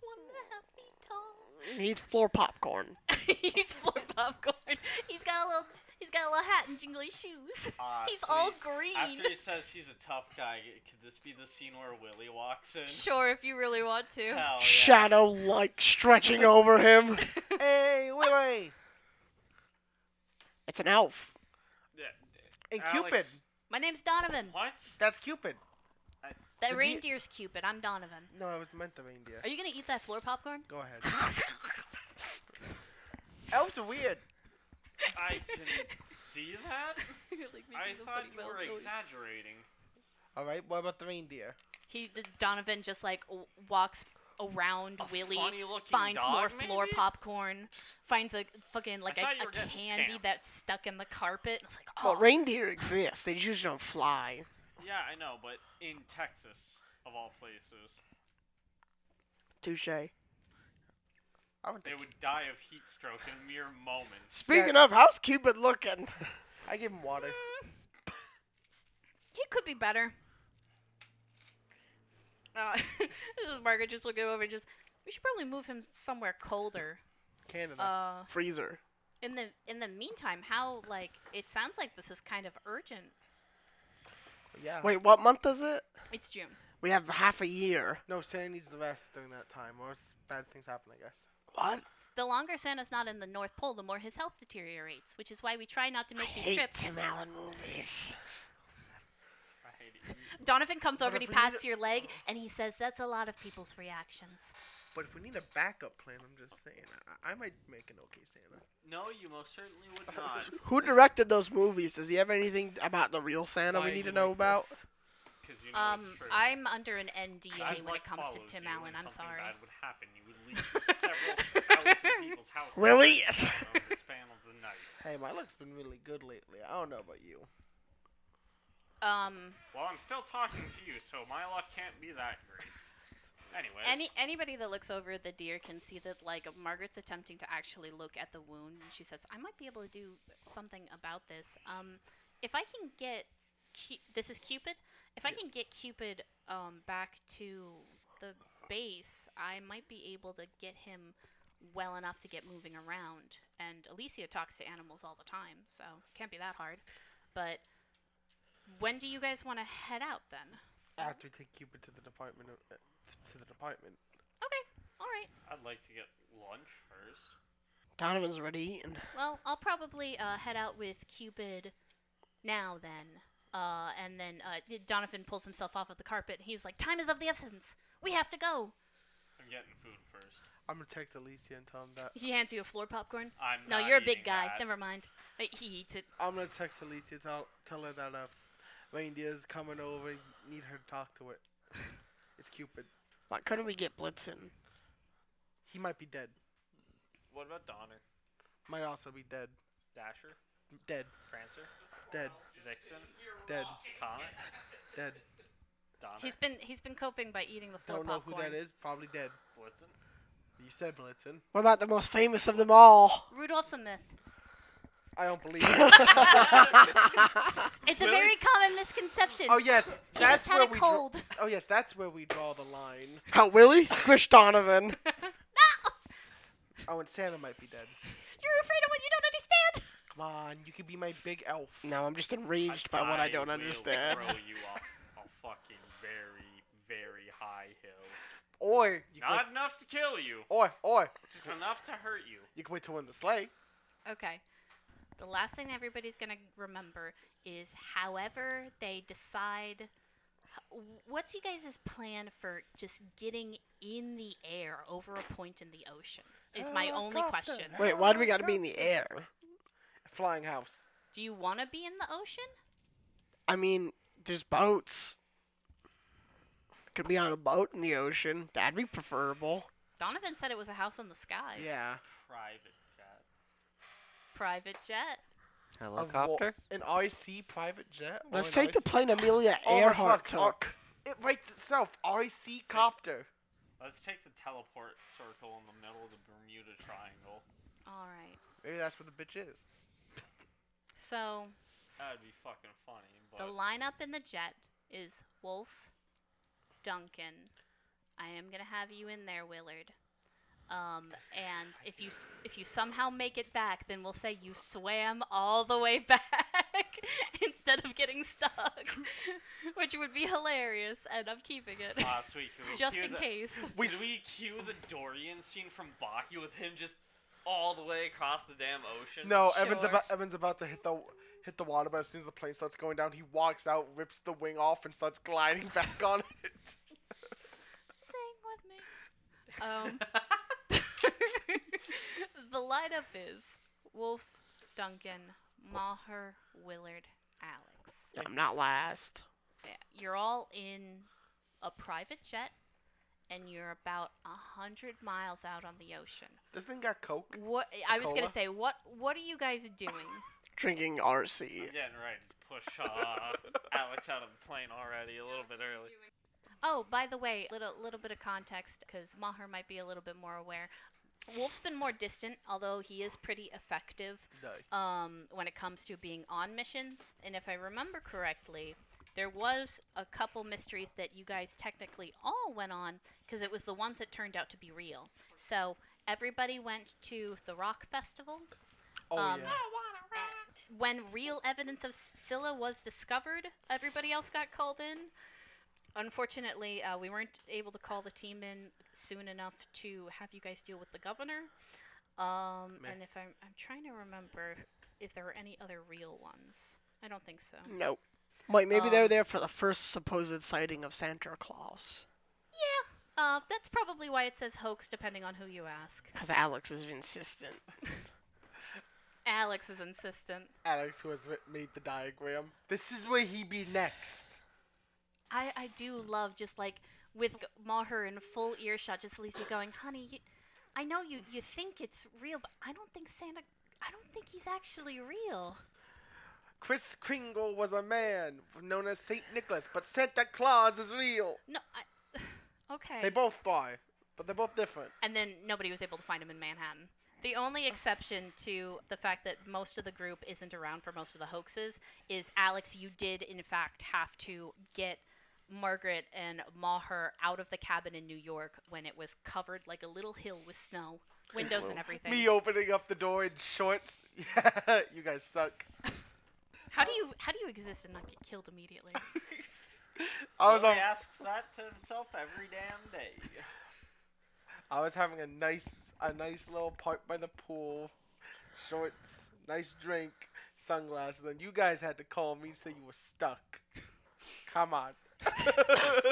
Speaker 1: one and a half feet tall.
Speaker 2: He Oh, eats floor popcorn.
Speaker 1: he eats floor popcorn. He's got a little. He's got a little hat and jingly shoes.
Speaker 3: Ah,
Speaker 1: he's all
Speaker 3: sweet.
Speaker 1: green.
Speaker 3: After he says he's a tough guy, could this be the scene where Willy walks in?
Speaker 1: Sure, if you really want to.
Speaker 3: Hell yeah.
Speaker 2: Shadow like stretching over him.
Speaker 4: hey, Willie!
Speaker 2: It's an elf.
Speaker 3: Yeah.
Speaker 4: And Cupid.
Speaker 3: Alex-
Speaker 1: My name's Donovan.
Speaker 3: What?
Speaker 4: That's Cupid.
Speaker 1: That
Speaker 4: Did you-
Speaker 1: reindeer's Cupid. I'm Donovan.
Speaker 4: No, I was meant the reindeer.
Speaker 1: Are you gonna eat that floor popcorn?
Speaker 4: Go ahead. Elves are weird.
Speaker 3: I can see that?
Speaker 1: Like
Speaker 3: I
Speaker 1: making the
Speaker 3: thought
Speaker 1: funny
Speaker 3: you
Speaker 1: mouth
Speaker 3: were
Speaker 1: noise.
Speaker 3: exaggerating.
Speaker 4: All right, what about the reindeer?
Speaker 1: He the, Donovan just like w- walks around
Speaker 3: A
Speaker 1: Willy,
Speaker 3: funny-looking
Speaker 1: finds
Speaker 3: dog,
Speaker 1: more floor
Speaker 3: maybe?
Speaker 1: popcorn, finds a fucking like a,
Speaker 3: thought you were
Speaker 1: a
Speaker 3: getting
Speaker 1: candy
Speaker 3: stamped.
Speaker 1: that's stuck in the carpet. It's like oh,
Speaker 2: Well, reindeer exist. They usually don't fly.
Speaker 3: Yeah, I know, but in Texas, of all places,
Speaker 2: Touche.
Speaker 4: I would
Speaker 3: they
Speaker 4: think
Speaker 3: would die of heat stroke in mere moments.
Speaker 2: Speaking of, how's Cupid looking?
Speaker 4: I give him water.
Speaker 1: Uh, He could be better. Uh, this is Margaret just looking over. Just we should probably move him somewhere colder.
Speaker 4: Canada.
Speaker 1: Uh,
Speaker 2: Freezer.
Speaker 1: In the in the meantime, how like it sounds like this is kind of urgent.
Speaker 4: Yeah.
Speaker 2: Wait, what month is it?
Speaker 1: It's June.
Speaker 2: We have half a year.
Speaker 4: No, Santa needs the rest during that time, or else bad things happen, I guess.
Speaker 2: What?
Speaker 1: The longer Santa's not in the North Pole, the more his health deteriorates, which is why we try not to
Speaker 2: I
Speaker 1: make these
Speaker 2: hate
Speaker 1: trips.
Speaker 2: Tim Allen movies.
Speaker 3: I hate it.
Speaker 1: Donovan comes over and he
Speaker 4: Donovan, you
Speaker 1: pats your leg and he says, That's a lot of people's reactions.
Speaker 4: But if we need a backup plan, I'm just saying, I, I might make an okay Santa.
Speaker 3: No, you most certainly would not.
Speaker 2: Who directed those movies? Does he have anything about the real Santa
Speaker 3: Why
Speaker 2: we need to
Speaker 3: do you
Speaker 2: know
Speaker 3: like
Speaker 2: about?
Speaker 3: this? 'Cause you know
Speaker 1: Um,
Speaker 3: it's true.
Speaker 1: I'm under an
Speaker 3: Bad
Speaker 1: NDA when it
Speaker 3: luck
Speaker 1: comes to
Speaker 3: follows
Speaker 1: Tim
Speaker 3: you,
Speaker 1: Allen.
Speaker 3: and
Speaker 1: I'm
Speaker 3: something
Speaker 1: sorry.
Speaker 3: Bad would happen. You would leave several thousand people's houses
Speaker 2: Really?
Speaker 3: over the span of the night.
Speaker 4: Hey, my luck's been really good lately. I don't know about you.
Speaker 1: Um,
Speaker 3: Well, I'm still talking to you, so my luck can't be that great. Anyways,
Speaker 1: any anybody that looks over at the deer can see that like Margaret's attempting to actually look at the wound, and she says, "I might be able to do something about this. Um, if I can get Cu- this is Cupid. If I can get Cupid um back to the base, I might be able to get him." Well enough to get moving around, and Alicia talks to animals all the time, so can't be that hard. But when do you guys want to head out then?
Speaker 4: After we take Cupid to the department, of, uh, t- to the department.
Speaker 1: Okay, all right.
Speaker 3: I'd like to get lunch first.
Speaker 2: Donovan's already eaten.
Speaker 1: Well, I'll probably uh, head out with Cupid now then. Uh, and then uh, Donovan pulls himself off of the carpet. He's like, "Time is of the essence. We have to go."
Speaker 3: I'm getting food first.
Speaker 4: I'm gonna text Alicia and tell him that.
Speaker 1: He hands you a floor popcorn.
Speaker 3: I'm
Speaker 1: No,
Speaker 3: not
Speaker 1: you're a big
Speaker 3: eating
Speaker 1: guy.
Speaker 3: that.
Speaker 1: Never mind. Uh, He eats it.
Speaker 4: I'm gonna text Alicia tell tell her that uh, reindeer's coming over. You need her to talk to it. It's Cupid.
Speaker 2: Why couldn't we get Blitzen?
Speaker 4: He might be dead.
Speaker 3: What about Donner,
Speaker 4: Might also be dead.
Speaker 3: Dasher,
Speaker 4: Dead.
Speaker 3: Prancer,
Speaker 4: Dead.
Speaker 3: Vixen,
Speaker 4: Dead.
Speaker 3: Comet,
Speaker 4: Dead.
Speaker 3: Donner,
Speaker 1: He's been he's been coping by eating the floor
Speaker 4: Don't know
Speaker 1: popcorn.
Speaker 4: who that is. Probably dead.
Speaker 3: Blitzen.
Speaker 4: You said Blitzen.
Speaker 2: What about the most famous of them all?
Speaker 1: Rudolph's a myth.
Speaker 4: I don't believe it.
Speaker 1: It's
Speaker 4: Really?
Speaker 1: a very common misconception.
Speaker 4: oh yes,
Speaker 1: he
Speaker 4: that's
Speaker 1: just had
Speaker 4: where
Speaker 1: a
Speaker 4: we. draw-
Speaker 1: cold.
Speaker 4: oh yes, that's where we draw the line.
Speaker 2: Oh, Willie? Squish Donovan.
Speaker 4: Oh, and Santa might be dead.
Speaker 1: You're afraid of what you don't understand.
Speaker 4: Come on, you could be my big elf.
Speaker 2: No, I'm just enraged by what I don't
Speaker 3: will
Speaker 2: understand.
Speaker 3: Throw you off a fucking very, very high hill.
Speaker 4: Or you could,
Speaker 3: Not enough to kill you,
Speaker 4: or or
Speaker 3: just enough to hurt you.
Speaker 4: you could wait till we're in the sleigh.
Speaker 1: Okay. The last thing everybody's going to remember is however they decide. h- What's you guys' plan for just getting in the air over a point in the ocean? Is my only
Speaker 4: Helicopter.
Speaker 1: question.
Speaker 2: Wait, why do we gotta be in the air?
Speaker 4: Flying house.
Speaker 1: Do you want to be in the ocean?
Speaker 2: I mean, there's boats. Could be on a boat in the ocean. That'd be preferable.
Speaker 1: Donovan said it was a house in the sky.
Speaker 4: Yeah.
Speaker 3: Private jet.
Speaker 1: Private jet.
Speaker 4: A wa-
Speaker 5: Helicopter?
Speaker 4: An RC private jet. or
Speaker 2: Let's
Speaker 4: an
Speaker 2: take the
Speaker 4: RC
Speaker 2: plane Amelia
Speaker 4: Oh,
Speaker 2: Earhart
Speaker 4: fuck, oh.
Speaker 2: took.
Speaker 4: It writes itself. RC copter.
Speaker 3: Let's take the teleport circle in the middle of the Bermuda Triangle.
Speaker 1: All right.
Speaker 4: Maybe that's what the bitch is.
Speaker 1: So
Speaker 3: That'd be fucking funny,
Speaker 1: the
Speaker 3: but
Speaker 1: lineup in the jet is Wolf, Duncan. I am gonna have you in there, Willard. Um, and if you s- if you somehow make it back, then we'll say you swam all the way back instead of getting stuck, which would be hilarious. And I'm keeping it
Speaker 3: ah, sweet. Can we
Speaker 1: just
Speaker 3: cue
Speaker 1: in
Speaker 3: the,
Speaker 1: case.
Speaker 3: We Did we cue the Dorian scene from Baki with him just all the way across the damn ocean?
Speaker 4: No, Evan's
Speaker 1: Sure.
Speaker 4: about Evan's about to hit the hit the water, but as soon as the plane starts going down, he walks out, rips the wing off, and starts gliding back on it.
Speaker 1: Sing with me. Um, the lineup is Wolf, Duncan, Maher, Willard, Alex.
Speaker 2: I'm not last.
Speaker 1: Yeah, you're all in a private jet, and you're about a hundred miles out on the ocean.
Speaker 4: This thing got coke.
Speaker 1: What I was
Speaker 4: Cola?
Speaker 1: gonna say, what what are you guys doing?
Speaker 2: Drinking
Speaker 3: I'm
Speaker 2: RC.
Speaker 3: getting ready to push uh, Alex out of the plane already a little bit early.
Speaker 1: Oh, by the way, little little bit of context, because Maher might be a little bit more aware. Wolf's been more distant, although he is pretty effective
Speaker 4: No.
Speaker 1: um, when it comes to being on missions. And if I remember correctly, there was a couple mysteries that you guys technically all went on because it was the ones that turned out to be real. So everybody went to the rock festival.
Speaker 4: Oh
Speaker 1: Um,
Speaker 4: yeah.
Speaker 1: When real evidence of Scylla was discovered, everybody else got called in. Unfortunately, uh, we weren't able to call the team in soon enough to have you guys deal with the governor. Um,
Speaker 4: Meh.
Speaker 1: and if I'm, I'm trying to remember if there were any other real ones. I don't think so.
Speaker 2: Nope. Like maybe they were
Speaker 1: Um,
Speaker 2: there for the first supposed sighting of Santa Claus,
Speaker 1: Yeah, uh, that's probably why it says hoax, depending on who you ask.
Speaker 2: because Alex is insistent.
Speaker 1: Alex is insistent.
Speaker 4: Alex, who has writ- made the diagram. This is where he be next.
Speaker 1: I, I do love just like with g- Maher in full earshot, just Lisa going, honey, you, I know you, you think it's real, but I don't think Santa, I don't think he's actually real.
Speaker 4: Chris Kringle was a man known as Saint Nicholas, but Santa Claus is real.
Speaker 1: No, I, okay.
Speaker 4: They both are, but they're both different.
Speaker 1: and then nobody was able to find him in Manhattan. The only exception to the fact that most of the group isn't around for most of the hoaxes is Alex, you did in fact have to get Margaret and Maher out of the cabin in New York when it was covered like a little hill with snow, windows and everything.
Speaker 4: Me opening up the door in shorts. Yeah, you guys suck.
Speaker 1: How do you how do you exist and not get killed immediately?
Speaker 4: I was
Speaker 3: He
Speaker 4: on,
Speaker 3: asks that to himself every damn day.
Speaker 4: I was having a nice a nice little park by the pool, shorts, nice drink, sunglasses. Then you guys had to call me and say you were stuck. Come on.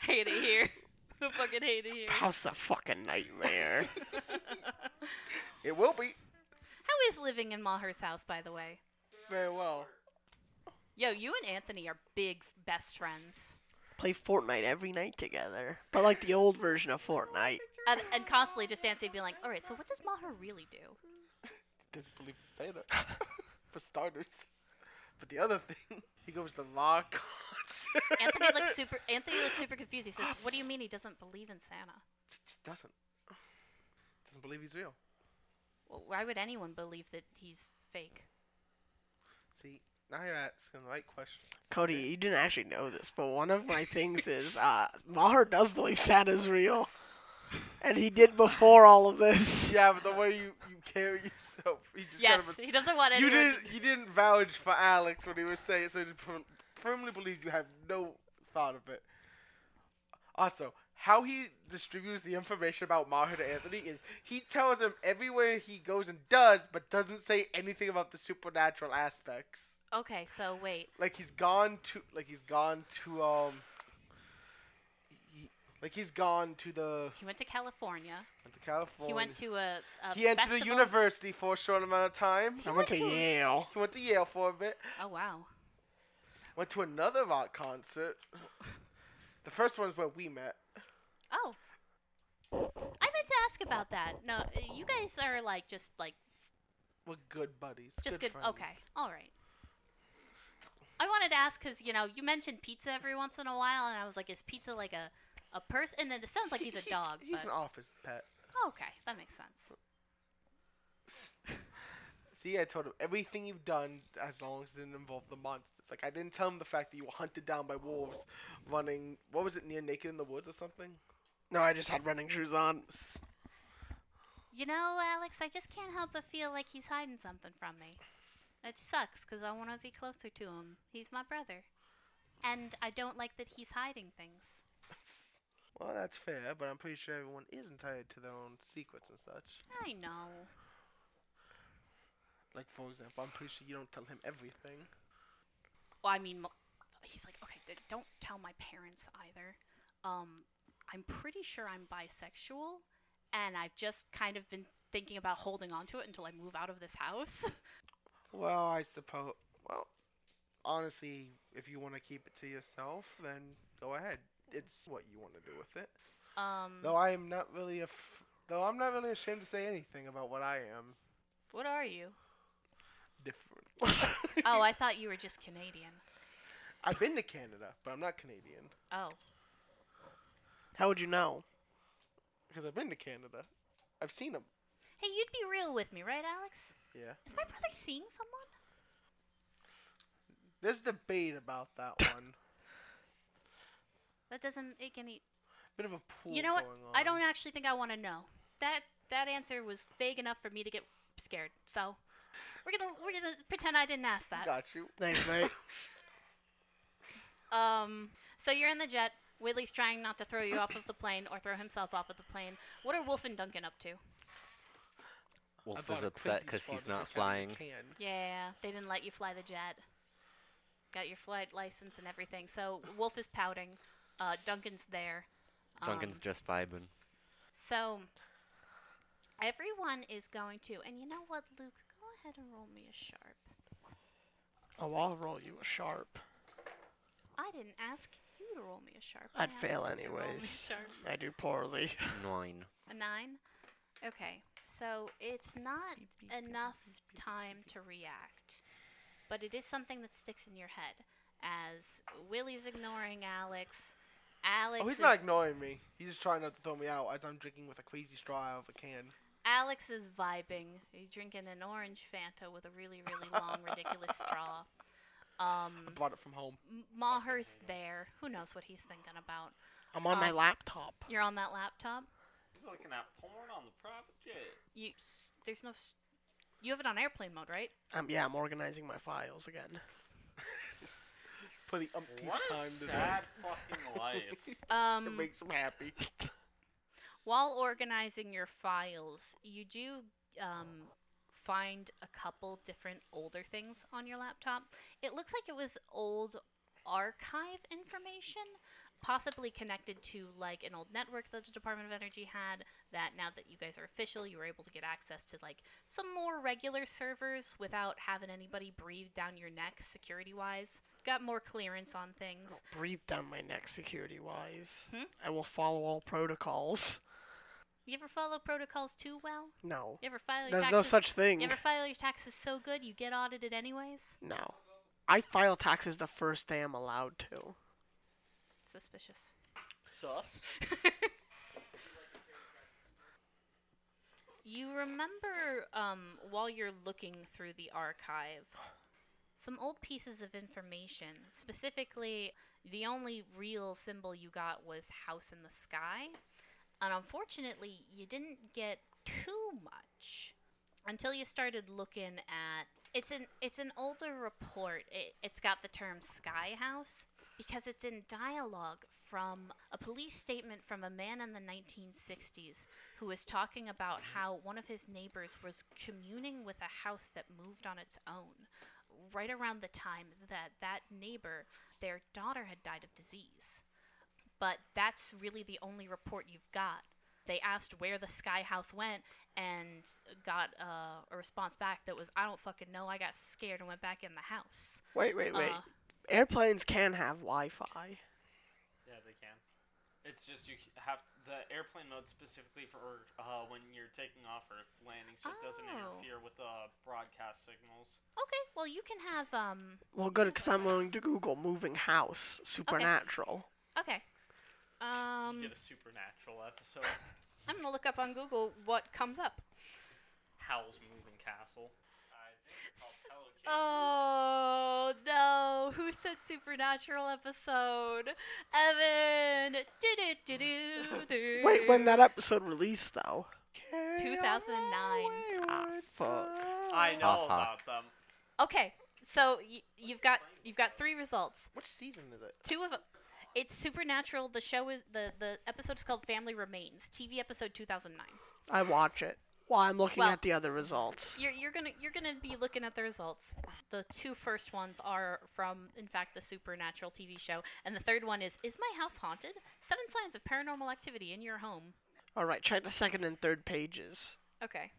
Speaker 1: hate it here. I fucking hate it here. How
Speaker 2: House a fucking nightmare.
Speaker 4: it will be
Speaker 1: is living in Maher's house, by the way?
Speaker 4: very well.
Speaker 1: Yo, you and Anthony are big f- best friends.
Speaker 2: Play Fortnite every night together, but like the old version of Fortnite.
Speaker 1: And, and constantly just Anthony being like, all right, so what does Maher really do?
Speaker 4: Doesn't believe in Santa, for starters. But the other thing, he goes to law concert.
Speaker 1: Anthony looks super. Anthony looks super confused. He says, "What do you mean he doesn't believe in Santa?
Speaker 4: Just doesn't. Doesn't believe he's real.
Speaker 1: Well, why would anyone believe that he's fake?"
Speaker 4: See, now you're asking the right question.
Speaker 2: Cody, you didn't actually know this, but one of my things is uh, Maher does believe Santa's real, and he did before all of this.
Speaker 4: Yeah, but the way you, you carry yourself, he just
Speaker 1: Yes,
Speaker 4: kind of.
Speaker 1: he doesn't want
Speaker 4: you
Speaker 1: anyone.
Speaker 4: didn't you didn't vouch for Alex when he was saying so. You firm- firmly believe you have no thought of it. Also, how he distributes the information about Maher to Anthony is he tells him everywhere he goes and does, but doesn't say anything about the supernatural aspects.
Speaker 1: okay, so wait.
Speaker 4: Like he's gone to like he's gone to um. He, like he's gone to the
Speaker 1: He went to California.
Speaker 4: to California.
Speaker 1: He went to a. a
Speaker 4: he entered the
Speaker 1: festival.
Speaker 4: university for a short amount of time.
Speaker 2: I went to
Speaker 1: went to-
Speaker 2: Yale.
Speaker 4: He went to Yale for a bit.
Speaker 1: Oh wow.
Speaker 4: Went to another rock concert. The first one's where we met.
Speaker 1: Oh. I meant to ask about that. No, uh, you guys are like just like
Speaker 4: We're good buddies.
Speaker 1: just good.
Speaker 4: friends.
Speaker 1: okay, all right. I wanted to ask because you know you mentioned pizza every once in a while, and I was like, is pizza like a a person? And then it sounds like he's a dog.
Speaker 4: He's
Speaker 1: but-
Speaker 4: an office pet.
Speaker 1: okay, that makes sense.
Speaker 4: See, I told him everything you've done as long as it didn't involve the monsters. Like I didn't tell him the fact that you were hunted down by wolves, running. What was it? Near naked in the woods or something?
Speaker 2: No, I just had running shoes on.
Speaker 1: You know, Alex, I just can't help but feel like he's hiding something from me. It sucks because I want to be closer to him. He's my brother, and I don't like that he's hiding things.
Speaker 4: Well, that's fair, but I'm pretty sure everyone is entitled to their own secrets and such.
Speaker 1: I know.
Speaker 4: Like for example, I'm pretty sure you don't tell him everything.
Speaker 1: Well, I mean, mo- he's like, okay, d- don't tell my parents either. Um, I'm pretty sure I'm bisexual, and I've just kind of been thinking about holding on to it until I move out of this house.
Speaker 4: Well, I suppose. Well, honestly, if you want to keep it to yourself, then go ahead. It's what you want to do with it.
Speaker 1: um,
Speaker 4: Though I am not really a. F- though I'm not really ashamed to say anything about what I am.
Speaker 1: what are you?
Speaker 4: Different.
Speaker 1: oh, I thought you were just Canadian.
Speaker 4: I've been to Canada, but I'm not Canadian
Speaker 1: Oh,
Speaker 2: How would you know?
Speaker 4: because I've been to Canada. I've seen them.
Speaker 1: hey, you'd be real with me, right, Alex?
Speaker 4: Yeah.
Speaker 1: Is my brother seeing someone?
Speaker 4: There's debate about that one.
Speaker 1: That doesn't make any.
Speaker 4: Bit of a pool.
Speaker 1: you know what?
Speaker 4: going
Speaker 1: I
Speaker 4: on.
Speaker 1: don't actually think I want to know. That that answer was vague enough for me to get scared. So we're gonna we're gonna pretend I didn't ask that.
Speaker 4: Got you.
Speaker 2: Thanks, mate.
Speaker 1: Um, so you're in the jet. Willie's trying not to throw you off of the plane or throw himself off of the plane. What are Wolf and Duncan up to?
Speaker 5: Wolf
Speaker 4: bought
Speaker 5: is
Speaker 4: a
Speaker 5: upset
Speaker 4: Quizzies
Speaker 5: because
Speaker 4: phone
Speaker 5: he's
Speaker 4: to
Speaker 5: not
Speaker 4: check out the
Speaker 5: flying.
Speaker 4: cans.
Speaker 1: Yeah, they didn't let you fly the jet. Got your flight license and everything. So Wolf is pouting. Uh, Duncan's there.
Speaker 5: Duncan's
Speaker 1: Um,
Speaker 5: just vibing.
Speaker 1: So everyone is going to, and you know what, Luke? Go ahead and roll me a sharp.
Speaker 2: oh, I'll roll you a sharp.
Speaker 1: I didn't ask you to roll me a sharp. I
Speaker 2: I'd
Speaker 1: asked
Speaker 2: fail
Speaker 1: you to roll me a
Speaker 2: anyways.
Speaker 1: sharp.
Speaker 2: I do poorly.
Speaker 5: Nine.
Speaker 1: A nine? Okay, so it's not enough time to react, but it is something that sticks in your head. As Willie's ignoring Alex, Alex
Speaker 4: Oh, he's
Speaker 1: is,
Speaker 4: not ignoring me. He's just trying not to throw me out as I'm drinking with a crazy straw out of a can.
Speaker 1: Alex is vibing. He's drinking an orange Fanta with a really, really long, ridiculous straw.
Speaker 4: I
Speaker 1: Um,
Speaker 4: brought it from home.
Speaker 1: M- Maher's there. Who knows what he's thinking about?
Speaker 2: I'm on my
Speaker 1: Um,
Speaker 2: laptop.
Speaker 1: You're on that laptop.
Speaker 3: He's looking at porn on the private jet.
Speaker 1: You s- there's no. s you have it on airplane mode, right?
Speaker 2: Um, yeah, I'm organizing my files again.
Speaker 4: For the umpteenth
Speaker 3: What a
Speaker 4: time
Speaker 3: sad fucking life.
Speaker 1: Um,
Speaker 4: It makes him happy.
Speaker 1: While organizing your files, you do um, find a couple different older things on your laptop. It looks like it was old archive information, possibly connected to like an old network that the Department of Energy had. That now that you guys are official, you were able to get access to like some more regular servers without having anybody breathe down your neck security wise. Got more clearance on things.
Speaker 2: I'll breathe down my neck security wise.
Speaker 1: Hmm?
Speaker 2: I will follow all protocols.
Speaker 1: You ever follow protocols too well?
Speaker 2: No.
Speaker 1: You ever file your
Speaker 2: There's
Speaker 1: taxes?
Speaker 2: no such thing.
Speaker 1: You ever file your taxes so good you get audited anyways?
Speaker 2: No. I file taxes the first day I'm allowed to.
Speaker 1: Suspicious.
Speaker 3: Sus?
Speaker 1: you remember um, while you're looking through the archive, some old pieces of information. Specifically, the only real symbol you got was House in the Sky. And unfortunately, you didn't get too much until you started looking at it's an it's an older report. It, it's got the term Sky House because it's in dialogue from a police statement from a man in the 1960s who was talking about how one of his neighbors was communing with a house that moved on its own right around the time that that neighbor their daughter had died of disease but that's really the only report you've got they asked where the sky house went and got uh, a response back that was i don't fucking know i got scared and went back in the house
Speaker 2: Wait, wait, wait.
Speaker 1: Uh,
Speaker 2: Airplanes can have Wi Fi.
Speaker 3: Yeah, they can. It's just you c- have the airplane mode specifically for uh, when you're taking off or landing, so it doesn't
Speaker 1: Oh.
Speaker 3: interfere with uh, broadcast signals.
Speaker 1: okay well you can have um,
Speaker 2: Well, good, because I'm willing to Google moving house, supernatural.
Speaker 1: Okay. Um,
Speaker 3: you get a supernatural episode.
Speaker 1: I'm gonna look up on Google what comes up.
Speaker 3: Howl's Moving Castle. I think
Speaker 1: S-
Speaker 3: it's called Telecases.
Speaker 1: Oh no! Who said supernatural episode? Evan. Do-do-do-do-do.
Speaker 2: Wait, when that episode released, though.
Speaker 1: 2009.
Speaker 2: Ah, fuck.
Speaker 3: I know
Speaker 5: Ha ha.
Speaker 3: about them.
Speaker 1: Okay, so y- you've got you've got three results.
Speaker 4: Which season is it?
Speaker 1: Two of 'em- It's supernatural. The show is the the episode is called Family Remains. TV episode 2009.
Speaker 2: I watch it while I'm looking
Speaker 1: Well,
Speaker 2: at the other results.
Speaker 1: You're, you're gonna you're gonna be looking at the results. The two first ones are from, in fact, the Supernatural TV show, and the third one is "Is my house haunted? Seven signs of paranormal activity in your home."
Speaker 2: All right, check the second and third pages.
Speaker 1: Okay.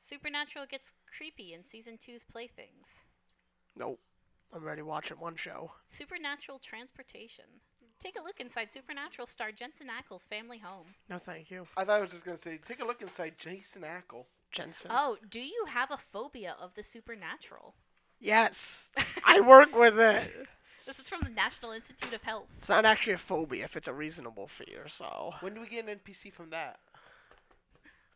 Speaker 1: Supernatural gets creepy in season two's playthings.
Speaker 2: Nope. I'm already watching one show.
Speaker 1: Supernatural transportation. Take a look inside Supernatural star Jensen Ackles' family home.
Speaker 2: No, thank you.
Speaker 4: I thought I was just gonna say, take a look inside Jason Ackle.
Speaker 2: Jensen.
Speaker 1: Oh, do you have a phobia of the supernatural?
Speaker 2: Yes. I work with it.
Speaker 1: This is from the National Institute of Health.
Speaker 2: It's not actually a phobia if it's a reasonable fear, so.
Speaker 4: When do we get an NPC from that?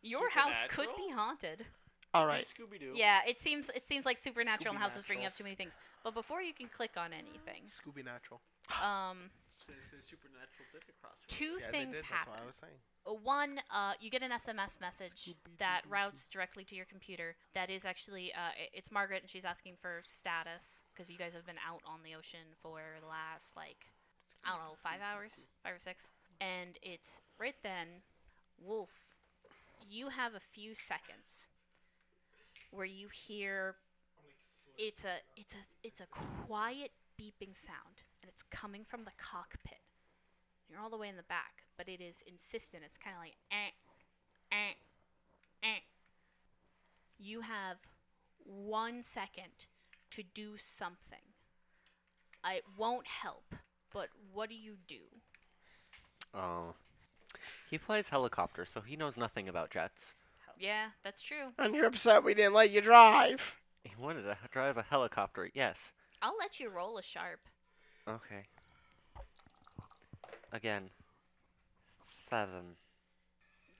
Speaker 1: Your house could
Speaker 3: Supernatural?
Speaker 1: be haunted.
Speaker 2: All right.
Speaker 3: Scooby Doo.
Speaker 1: Yeah, it seems it seems like supernatural and house is bringing
Speaker 4: Scooby-natural.
Speaker 1: up too many things. But before you can click on anything,
Speaker 4: Scooby Natural.
Speaker 1: um,
Speaker 3: There's a supernatural bit across. from
Speaker 1: Two
Speaker 4: Yeah, they
Speaker 1: things
Speaker 4: did,
Speaker 1: happen.
Speaker 4: That's what I was saying.
Speaker 1: Uh, One, uh, you get an SMS message that routes directly to your computer. That is actually, uh, i- it's Margaret, and she's asking for status because you guys have been out on the ocean for the last, like, I don't know, five hours, five or six. And it's right then, Wolf, you have a few seconds where you hear it's a it's a it's a quiet beeping sound and it's coming from the cockpit you're all the way in the back, but it is insistent. It's kind of like, eh, eh, eh. You have one second to do something. It won't help, but what do you do?
Speaker 5: Oh. He plays helicopter, so he knows nothing about jets.
Speaker 1: Yeah, that's true.
Speaker 2: And you're upset we didn't let you drive.
Speaker 5: He wanted to h- drive a helicopter, yes.
Speaker 1: I'll let you roll a sharp.
Speaker 5: Okay. Again. Seven.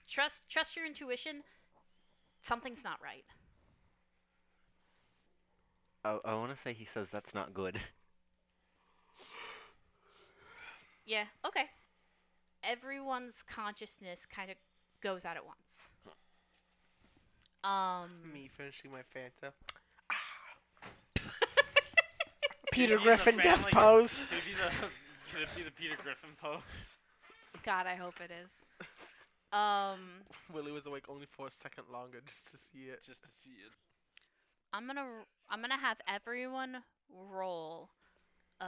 Speaker 1: Trust, trust your intuition. Something's not right.
Speaker 5: Oh, I, I want to say he says that's not good.
Speaker 1: Yeah, okay. Everyone's consciousness kind of goes out at once. Um,
Speaker 4: Me finishing my Fanta.
Speaker 2: Peter
Speaker 3: He's a
Speaker 2: Griffin death
Speaker 3: family-
Speaker 2: pose.
Speaker 3: Could it be the, could it be the Peter Griffin pose?
Speaker 1: God, I hope it is. Um,
Speaker 4: Willie was awake only for a second longer just to see it.
Speaker 3: Just to see it.
Speaker 1: I'm gonna r- I'm gonna have everyone roll uh,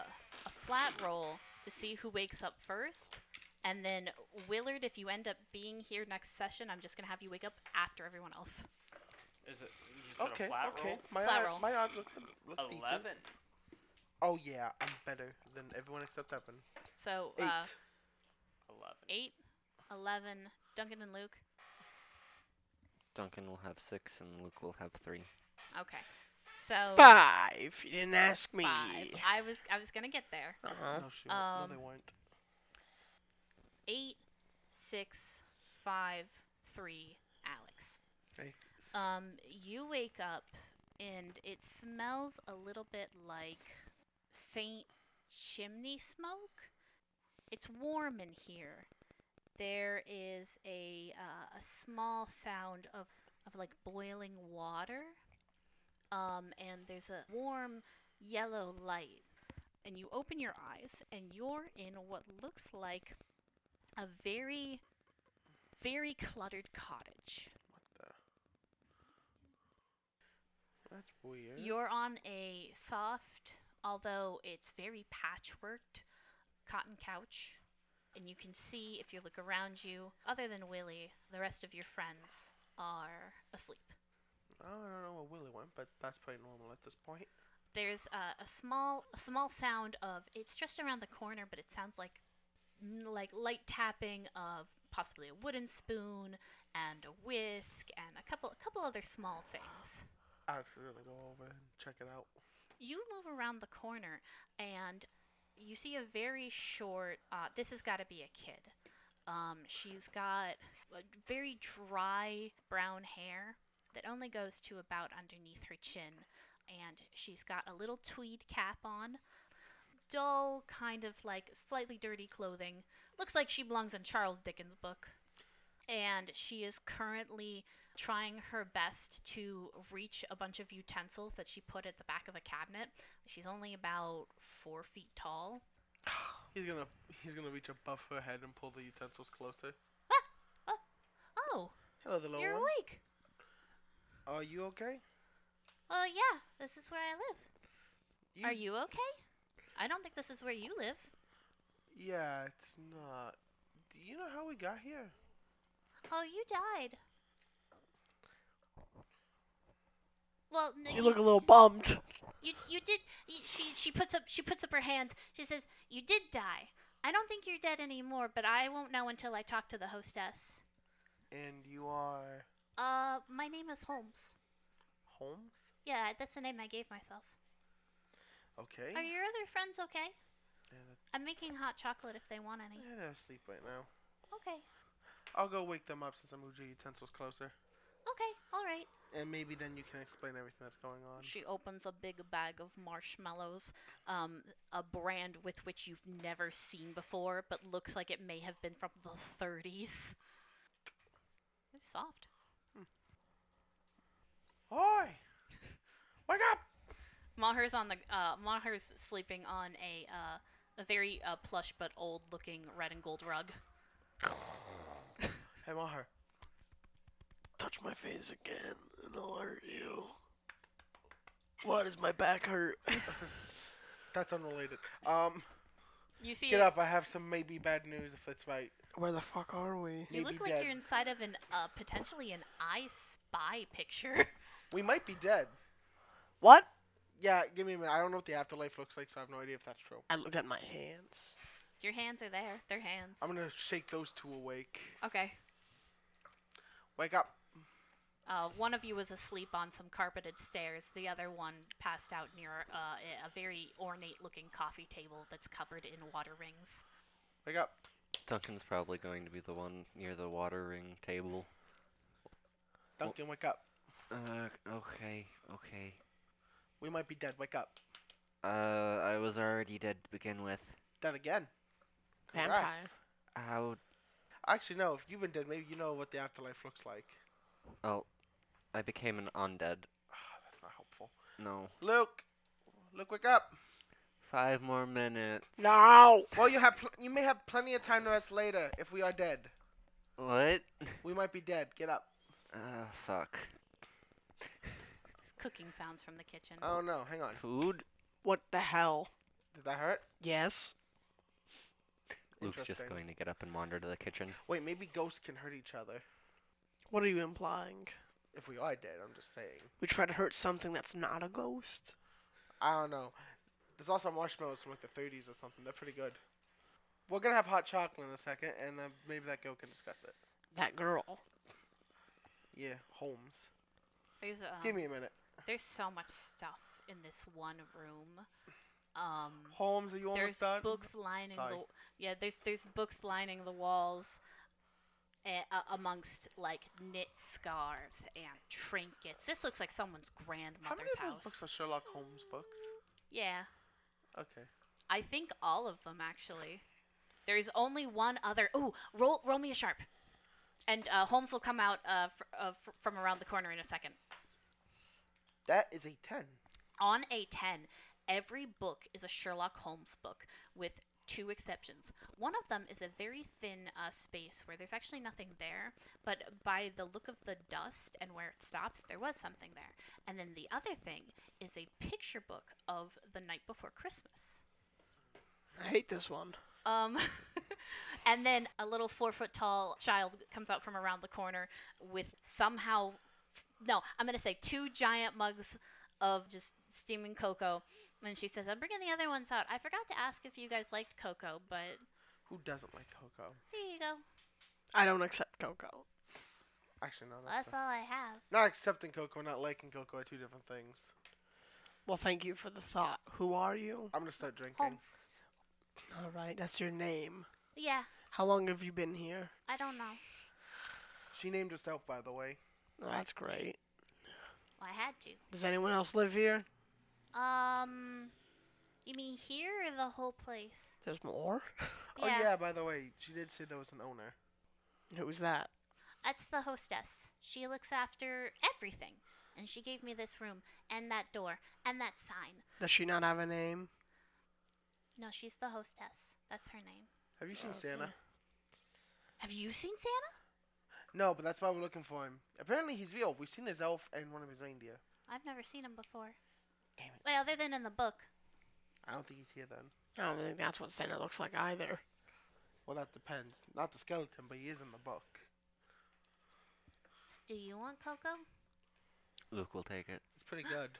Speaker 1: a flat roll to see who wakes up first, and then Willard, if you end up being here next session, I'm just gonna have you wake up after everyone else.
Speaker 3: Is it you just said
Speaker 4: Okay,
Speaker 3: a flat
Speaker 4: okay.
Speaker 3: roll?
Speaker 4: My,
Speaker 1: Flat
Speaker 4: odd-
Speaker 1: roll.
Speaker 4: my odds look, look decent.
Speaker 3: Eleven.
Speaker 4: Oh yeah, I'm better than everyone except that one.
Speaker 1: So
Speaker 4: Eight.
Speaker 1: uh,
Speaker 3: Eleven.
Speaker 1: eight, eleven, Duncan and Luke.
Speaker 5: Duncan will have six and Luke will have three.
Speaker 1: Okay,
Speaker 2: Oh.
Speaker 1: so
Speaker 2: Five. You didn't ask me.
Speaker 1: five. I was I was gonna get there.
Speaker 2: Uh-huh.
Speaker 3: uh,
Speaker 4: no, she wa- no,
Speaker 1: um,
Speaker 4: they weren't.
Speaker 1: Eight, six, five, three, Alex.
Speaker 4: Okay.
Speaker 1: Um, you wake up and it smells a little bit like faint chimney smoke. It's warm in here. There is a uh, a small sound of of like boiling water. Um, and there's a warm yellow light. And you open your eyes and you're in what looks like a very very cluttered cottage.
Speaker 4: What the? That's weird.
Speaker 1: You're on a soft, although it's very patchworked, cotton couch. And you can see, if you look around you, other than Willie, the rest of your friends are asleep.
Speaker 4: I don't know where Willie went, but that's pretty normal at this point.
Speaker 1: There's a, a small, a small sound of it's just around the corner, but it sounds like, mm, like light tapping of possibly a wooden spoon and a whisk and a couple, a couple other small things.
Speaker 4: Alex is gonna go over and check it out.
Speaker 1: you move around the corner and you see a very short uh, this has got to be a kid um, she's got uh, very dry brown hair that only goes to about underneath her chin and she's got a little tweed cap on dull kind of like slightly dirty clothing looks like she belongs in charles dickens book and she is currently trying her best to reach a bunch of utensils that she put at the back of a cabinet. She's only about four feet tall.
Speaker 4: He's gonna he's gonna reach above her head and pull the utensils closer.
Speaker 1: Oh,
Speaker 4: Hello, the little
Speaker 1: you're
Speaker 4: one.
Speaker 1: awake.
Speaker 4: Are you okay?
Speaker 1: Well, yeah, this is where I live.
Speaker 4: You,
Speaker 1: Are you okay? I don't think this is where you live.
Speaker 4: Yeah, it's not. Do you know how we got here?
Speaker 1: Oh, you died. Well, no,
Speaker 2: You look a little bummed.
Speaker 1: You you did. y- She she puts up she puts up her hands. She says, "You did die. I don't think you're dead anymore, but I won't know until I talk to the hostess."
Speaker 4: And you are
Speaker 1: Uh, my name is Holmes.
Speaker 4: Holmes?
Speaker 1: Yeah, that's the name I gave myself.
Speaker 4: Okay.
Speaker 1: Are your other friends okay?
Speaker 4: yeah, that-
Speaker 1: I'm making hot chocolate if they want any.
Speaker 4: yeah, they're asleep right now.
Speaker 1: Okay.
Speaker 4: I'll go wake them up since I moved your utensils closer.
Speaker 1: Okay, all right.
Speaker 4: And maybe then you can explain everything that's going on.
Speaker 1: She opens a big bag of marshmallows, um, a brand with which you've never seen before, but looks like it may have been from the 30s. They're soft.
Speaker 4: Oi! Wake up!
Speaker 1: Maher's on the uh, Maher's sleeping on a uh, a very uh, plush but old-looking red and gold rug.
Speaker 4: Hey, Maher.
Speaker 2: Touch my face again, and I'll hurt you. Why does my back hurt?
Speaker 4: That's unrelated. Um,
Speaker 1: You see,
Speaker 4: get up. I have some maybe bad news if that's right.
Speaker 2: Where the fuck are we?
Speaker 1: you
Speaker 4: Maybe
Speaker 1: look like
Speaker 4: dead.
Speaker 1: you're inside of an uh, potentially an I Spy picture.
Speaker 4: We might be dead.
Speaker 2: What?
Speaker 4: Yeah, give me a minute. I don't know what the afterlife looks like, so I have no idea if that's true.
Speaker 2: I look at my hands.
Speaker 1: Your hands are there. They're hands.
Speaker 4: I'm gonna shake those two awake.
Speaker 1: okay.
Speaker 4: Wake up.
Speaker 1: Uh, one of you was asleep on some carpeted stairs. The other one passed out near uh, a- a very ornate-looking coffee table that's covered in water rings.
Speaker 4: Wake up.
Speaker 5: Duncan's probably going to be the one near the water ring table.
Speaker 4: Duncan, wake up.
Speaker 5: Uh, okay, okay.
Speaker 4: We might be dead. Wake up.
Speaker 5: Uh, I was already dead to begin with.
Speaker 4: Dead again.
Speaker 2: Vampire.
Speaker 4: Congrats.
Speaker 5: How?
Speaker 4: Actually, no. If you've been dead, maybe you know what the afterlife looks like.
Speaker 5: Oh, I became an undead.
Speaker 4: Ah, that's not helpful.
Speaker 5: No.
Speaker 4: Luke, Luke, wake up.
Speaker 5: Five more minutes.
Speaker 2: No.
Speaker 4: Well, you have pl- you may have plenty of time to rest later if we are dead.
Speaker 5: What?
Speaker 4: We might be dead. Get up.
Speaker 5: Ah, fuck.
Speaker 1: There's cooking sounds from the kitchen.
Speaker 4: Oh no, hang on.
Speaker 5: Food?
Speaker 2: What the hell?
Speaker 4: Did that hurt?
Speaker 2: Yes.
Speaker 5: Luke's just
Speaker 4: Interesting.
Speaker 5: going to get up and wander to the kitchen.
Speaker 4: Wait, maybe ghosts can hurt each other.
Speaker 2: What are you implying?
Speaker 4: If we are dead, I'm just saying.
Speaker 2: We try to hurt something that's not a ghost.
Speaker 4: I don't know. There's also marshmallows from like the 30s or something. They're pretty good. We're gonna have hot chocolate in a second, and then maybe that girl can discuss it.
Speaker 2: That girl.
Speaker 4: Yeah, Holmes.
Speaker 1: There's um,
Speaker 4: Give me a minute.
Speaker 1: There's so much stuff in this one room. Um,
Speaker 4: Holmes, are you
Speaker 1: there's
Speaker 4: almost done?
Speaker 1: books lining
Speaker 4: Sorry.
Speaker 1: the yeah. There's there's books lining the walls, eh, uh, amongst like knit scarves and trinkets. This looks like someone's
Speaker 4: How many
Speaker 1: grandmother's
Speaker 4: of those
Speaker 1: house.
Speaker 4: books are Sherlock Holmes books?
Speaker 1: yeah,
Speaker 4: Okay.
Speaker 1: I think all of them actually. There's only one other. Ooh, roll roll me a sharp. And uh, Holmes will come out uh, fr- uh, fr- from around the corner in a second.
Speaker 4: That is a 10.
Speaker 1: on a 10 every book is a sherlock holmes book with two exceptions one of them is a very thin uh, space where there's actually nothing there but by the look of the dust and where it stops there was something there and then the other thing is a picture book of the night before christmas
Speaker 2: I hate this one.
Speaker 1: um, and then a little four foot tall child comes out from around the corner with somehow, no, I'm going to say two giant mugs of just steaming cocoa. And she says, I'm bringing the other ones out. I forgot to ask if you guys liked cocoa, but
Speaker 4: Who doesn't like cocoa?
Speaker 1: there you go.
Speaker 2: I don't accept cocoa.
Speaker 4: Actually, no. That's
Speaker 1: That's all I have.
Speaker 4: not accepting cocoa, not liking cocoa are two different things.
Speaker 2: Well, thank you for the thought. Who are you?
Speaker 4: I'm gonna start drinking.
Speaker 1: Holmes.
Speaker 2: All right, that's your name.
Speaker 1: Yeah,
Speaker 2: How long have you been here?
Speaker 1: I don't know.
Speaker 4: She named herself, by the way.
Speaker 2: Oh, that's great.
Speaker 1: I had to.
Speaker 2: Does anyone else live here?
Speaker 1: Um, you mean here or the whole place?
Speaker 2: There's more.
Speaker 4: Oh yeah, by the way, she did say there was an owner.
Speaker 2: Who was that?
Speaker 1: That's the hostess. She looks after everything. And she gave me this room, and that door, and that sign.
Speaker 2: Does she not have a name?
Speaker 1: No, she's the hostess. That's her name.
Speaker 4: Have you
Speaker 1: Uh-huh.
Speaker 4: seen Santa?
Speaker 1: Have you seen Santa?
Speaker 4: No, but that's why we're looking for him. Apparently, he's real. We've seen his elf and one of his reindeer.
Speaker 1: I've never seen him before.
Speaker 4: Damn it.
Speaker 1: Well, other than in the book.
Speaker 4: I don't think he's here then.
Speaker 2: I don't think that's what Santa looks like either.
Speaker 4: Well, that depends. Not the skeleton, but he is in the book.
Speaker 1: Do you want cocoa?
Speaker 5: Luke will take it.
Speaker 4: It's pretty good.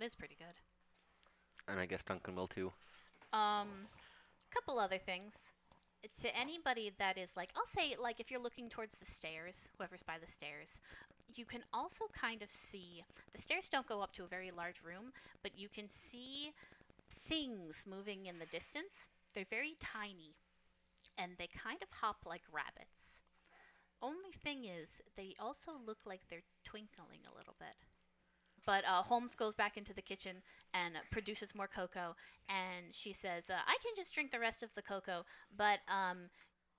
Speaker 1: It is pretty good.
Speaker 5: And I guess Duncan will too.
Speaker 1: Um, couple other things. To anybody that is like, I'll say, like, if you're looking towards the stairs, whoever's by the stairs, you can also kind of see the stairs don't go up to a very large room, but you can see things moving in the distance. They're very tiny and they kind of hop like rabbits. Only thing is, they also look like they're twinkling a little bit. But uh, Holmes goes back into the kitchen and produces more cocoa, and she says, uh, "I can just drink the rest of the cocoa, but um,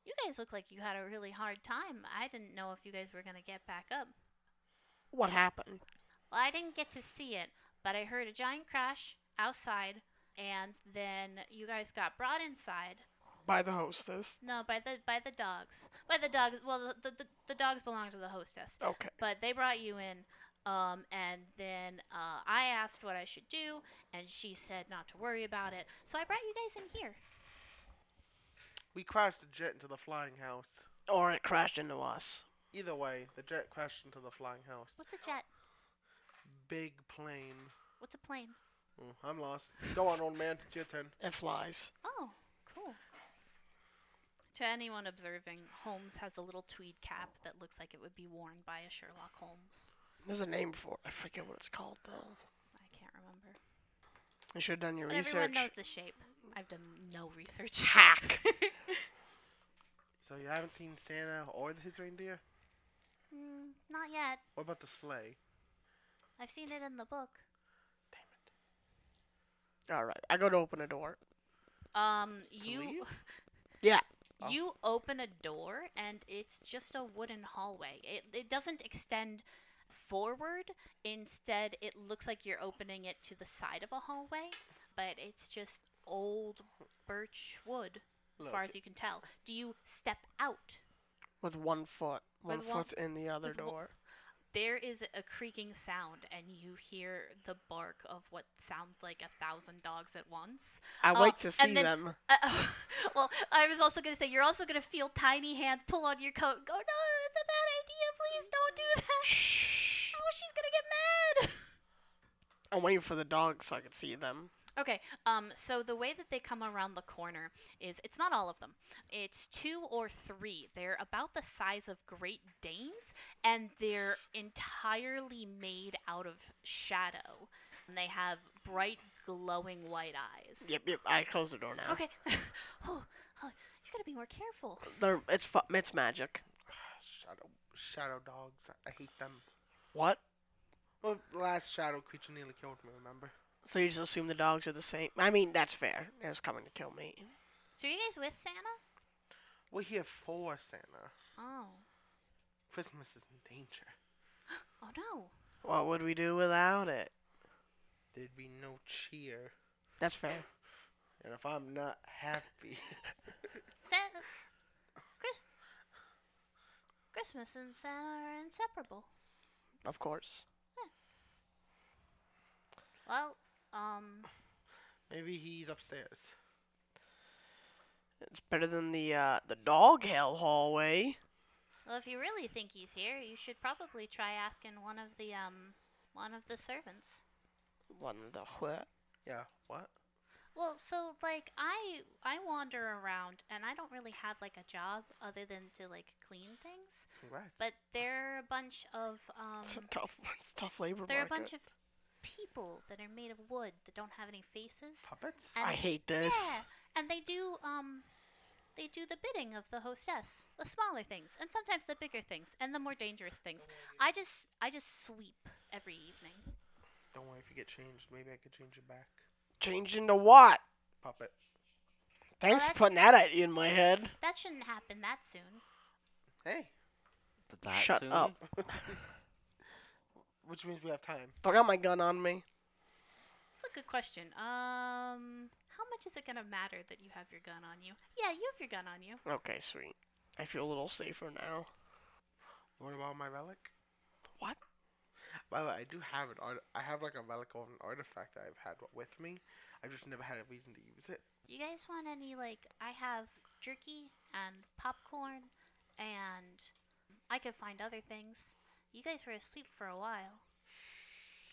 Speaker 1: you guys look like you had a really hard time. I didn't know if you guys were gonna get back up.
Speaker 2: What happened?
Speaker 1: Well, I didn't get to see it, but I heard a giant crash outside, and then you guys got brought inside."
Speaker 2: By the hostess.
Speaker 1: No, by the by the dogs. By the dogs. Well, the the, the dogs belong to the hostess,
Speaker 2: Okay.
Speaker 1: but they brought you in. Um, and then uh, I asked what I should do, and she said not to worry about it. So I brought you guys in here.
Speaker 4: We crashed the jet into the flying house.
Speaker 2: Or it crashed into us.
Speaker 4: Either way, the jet crashed into the flying house.
Speaker 1: What's a jet?
Speaker 4: Big plane.
Speaker 1: What's a plane?
Speaker 4: Oh, I'm lost. Go on, old man. It's your turn.
Speaker 2: It flies.
Speaker 1: Oh, cool. To anyone observing, Holmes has a little tweed cap that looks like it would be worn by a Sherlock Holmes.
Speaker 2: There's a name for it. I forget what it's called though.
Speaker 1: I can't remember.
Speaker 2: You should have done your
Speaker 1: But
Speaker 2: research.
Speaker 1: everyone knows the shape. I've done no research.
Speaker 2: Hack.
Speaker 4: So you haven't seen Santa or his reindeer?
Speaker 1: mm, not yet.
Speaker 4: What about the sleigh?
Speaker 1: I've seen it in the book.
Speaker 2: All right. I go to open a door.
Speaker 1: Um, you
Speaker 4: leave?
Speaker 2: Yeah.
Speaker 4: Oh.
Speaker 1: you open a door and it's just a wooden hallway. It it doesn't extend forward. Instead, it looks like you're opening it to the side of a hallway, but it's just old birch wood as far
Speaker 4: Look.
Speaker 1: as you can tell. Do you step out?
Speaker 2: With one foot. One
Speaker 1: With one-
Speaker 2: foot's in the other
Speaker 1: with one-
Speaker 2: door.
Speaker 1: There is a creaking sound, and you hear the bark of what sounds like a thousand dogs at once.
Speaker 2: I
Speaker 1: Uh,
Speaker 2: like to
Speaker 1: and
Speaker 2: see
Speaker 1: then-
Speaker 2: them.
Speaker 1: Uh, well, I was also going to say you're also going to feel tiny hands pull on your coat and go, "No, it's a bad idea. Please don't do that."
Speaker 2: Shh.
Speaker 1: Oh, she's going to get mad.
Speaker 2: I'm waiting for the dog so I can see them.
Speaker 1: Okay. Um so the way that they come around the corner is it's not all of them. It's two or three. They're about the size of Great Danes and they're entirely made out of shadow. And they have bright glowing white eyes.
Speaker 2: Yep, yep. I close the door now.
Speaker 1: Okay. oh, oh, you got to be more careful.
Speaker 2: They're, it's fu- it's magic.
Speaker 4: Shadow, shadow dogs. I hate them.
Speaker 2: What?
Speaker 4: Well, the last shadow creature nearly killed me. Remember?
Speaker 2: So you just assume the dogs are the same? I mean, that's fair. They're just coming to kill me.
Speaker 1: So are you guys with Santa?
Speaker 4: We're here for Santa.
Speaker 1: Oh.
Speaker 4: Christmas is in danger.
Speaker 1: Oh no.
Speaker 2: What would we do without it?
Speaker 4: There'd be no cheer,
Speaker 2: That's fair.
Speaker 4: and if I'm not happy,
Speaker 1: Santa. Chris- Christmas and Santa are inseparable.
Speaker 2: Of course.
Speaker 1: Well, um,
Speaker 4: maybe he's upstairs.
Speaker 2: It's better than the uh, the dog hell hallway.
Speaker 1: well, if you really think he's here, you should probably try asking one of the um, one of the servants.
Speaker 2: One of the what?
Speaker 4: Yeah. What?
Speaker 1: Well, so like I I wander around and I don't really have like a job other than to like clean things.
Speaker 4: Congrats.
Speaker 1: But there are a bunch of
Speaker 2: It's
Speaker 1: um,
Speaker 2: a tough, it's a tough labor
Speaker 1: there are a
Speaker 2: market.
Speaker 1: bunch of people that are made of wood that don't have any faces.
Speaker 4: puppets.
Speaker 1: and
Speaker 2: I hate this.
Speaker 1: Yeah, and they do um, they do the bidding of the hostess, the smaller things, and sometimes the bigger things, and the more dangerous things. I just I just sweep every evening.
Speaker 4: Don't worry if you get changed. Maybe I could change you back.
Speaker 2: Changed into what?
Speaker 4: Puppet.
Speaker 2: Thanks for
Speaker 1: that's-
Speaker 2: putting that idea in my head.
Speaker 1: That shouldn't happen that soon.
Speaker 4: Hey.
Speaker 5: But that
Speaker 2: Shut
Speaker 5: soon?
Speaker 2: up.
Speaker 4: Which means we have time.
Speaker 2: Do I got my gun on me?
Speaker 1: It's a good question. Um, how much is it gonna matter that you have your gun on you? Yeah, you have your gun on you.
Speaker 2: Okay, sweet. I feel a little safer now.
Speaker 4: What about my relic?
Speaker 2: What?
Speaker 4: By the way, I do have an art. I have like a relic of an artifact that I've had with me. I've just never had a reason to use it.
Speaker 1: You guys want any like I have jerky and popcorn, and I could find other things. You guys were asleep for a while.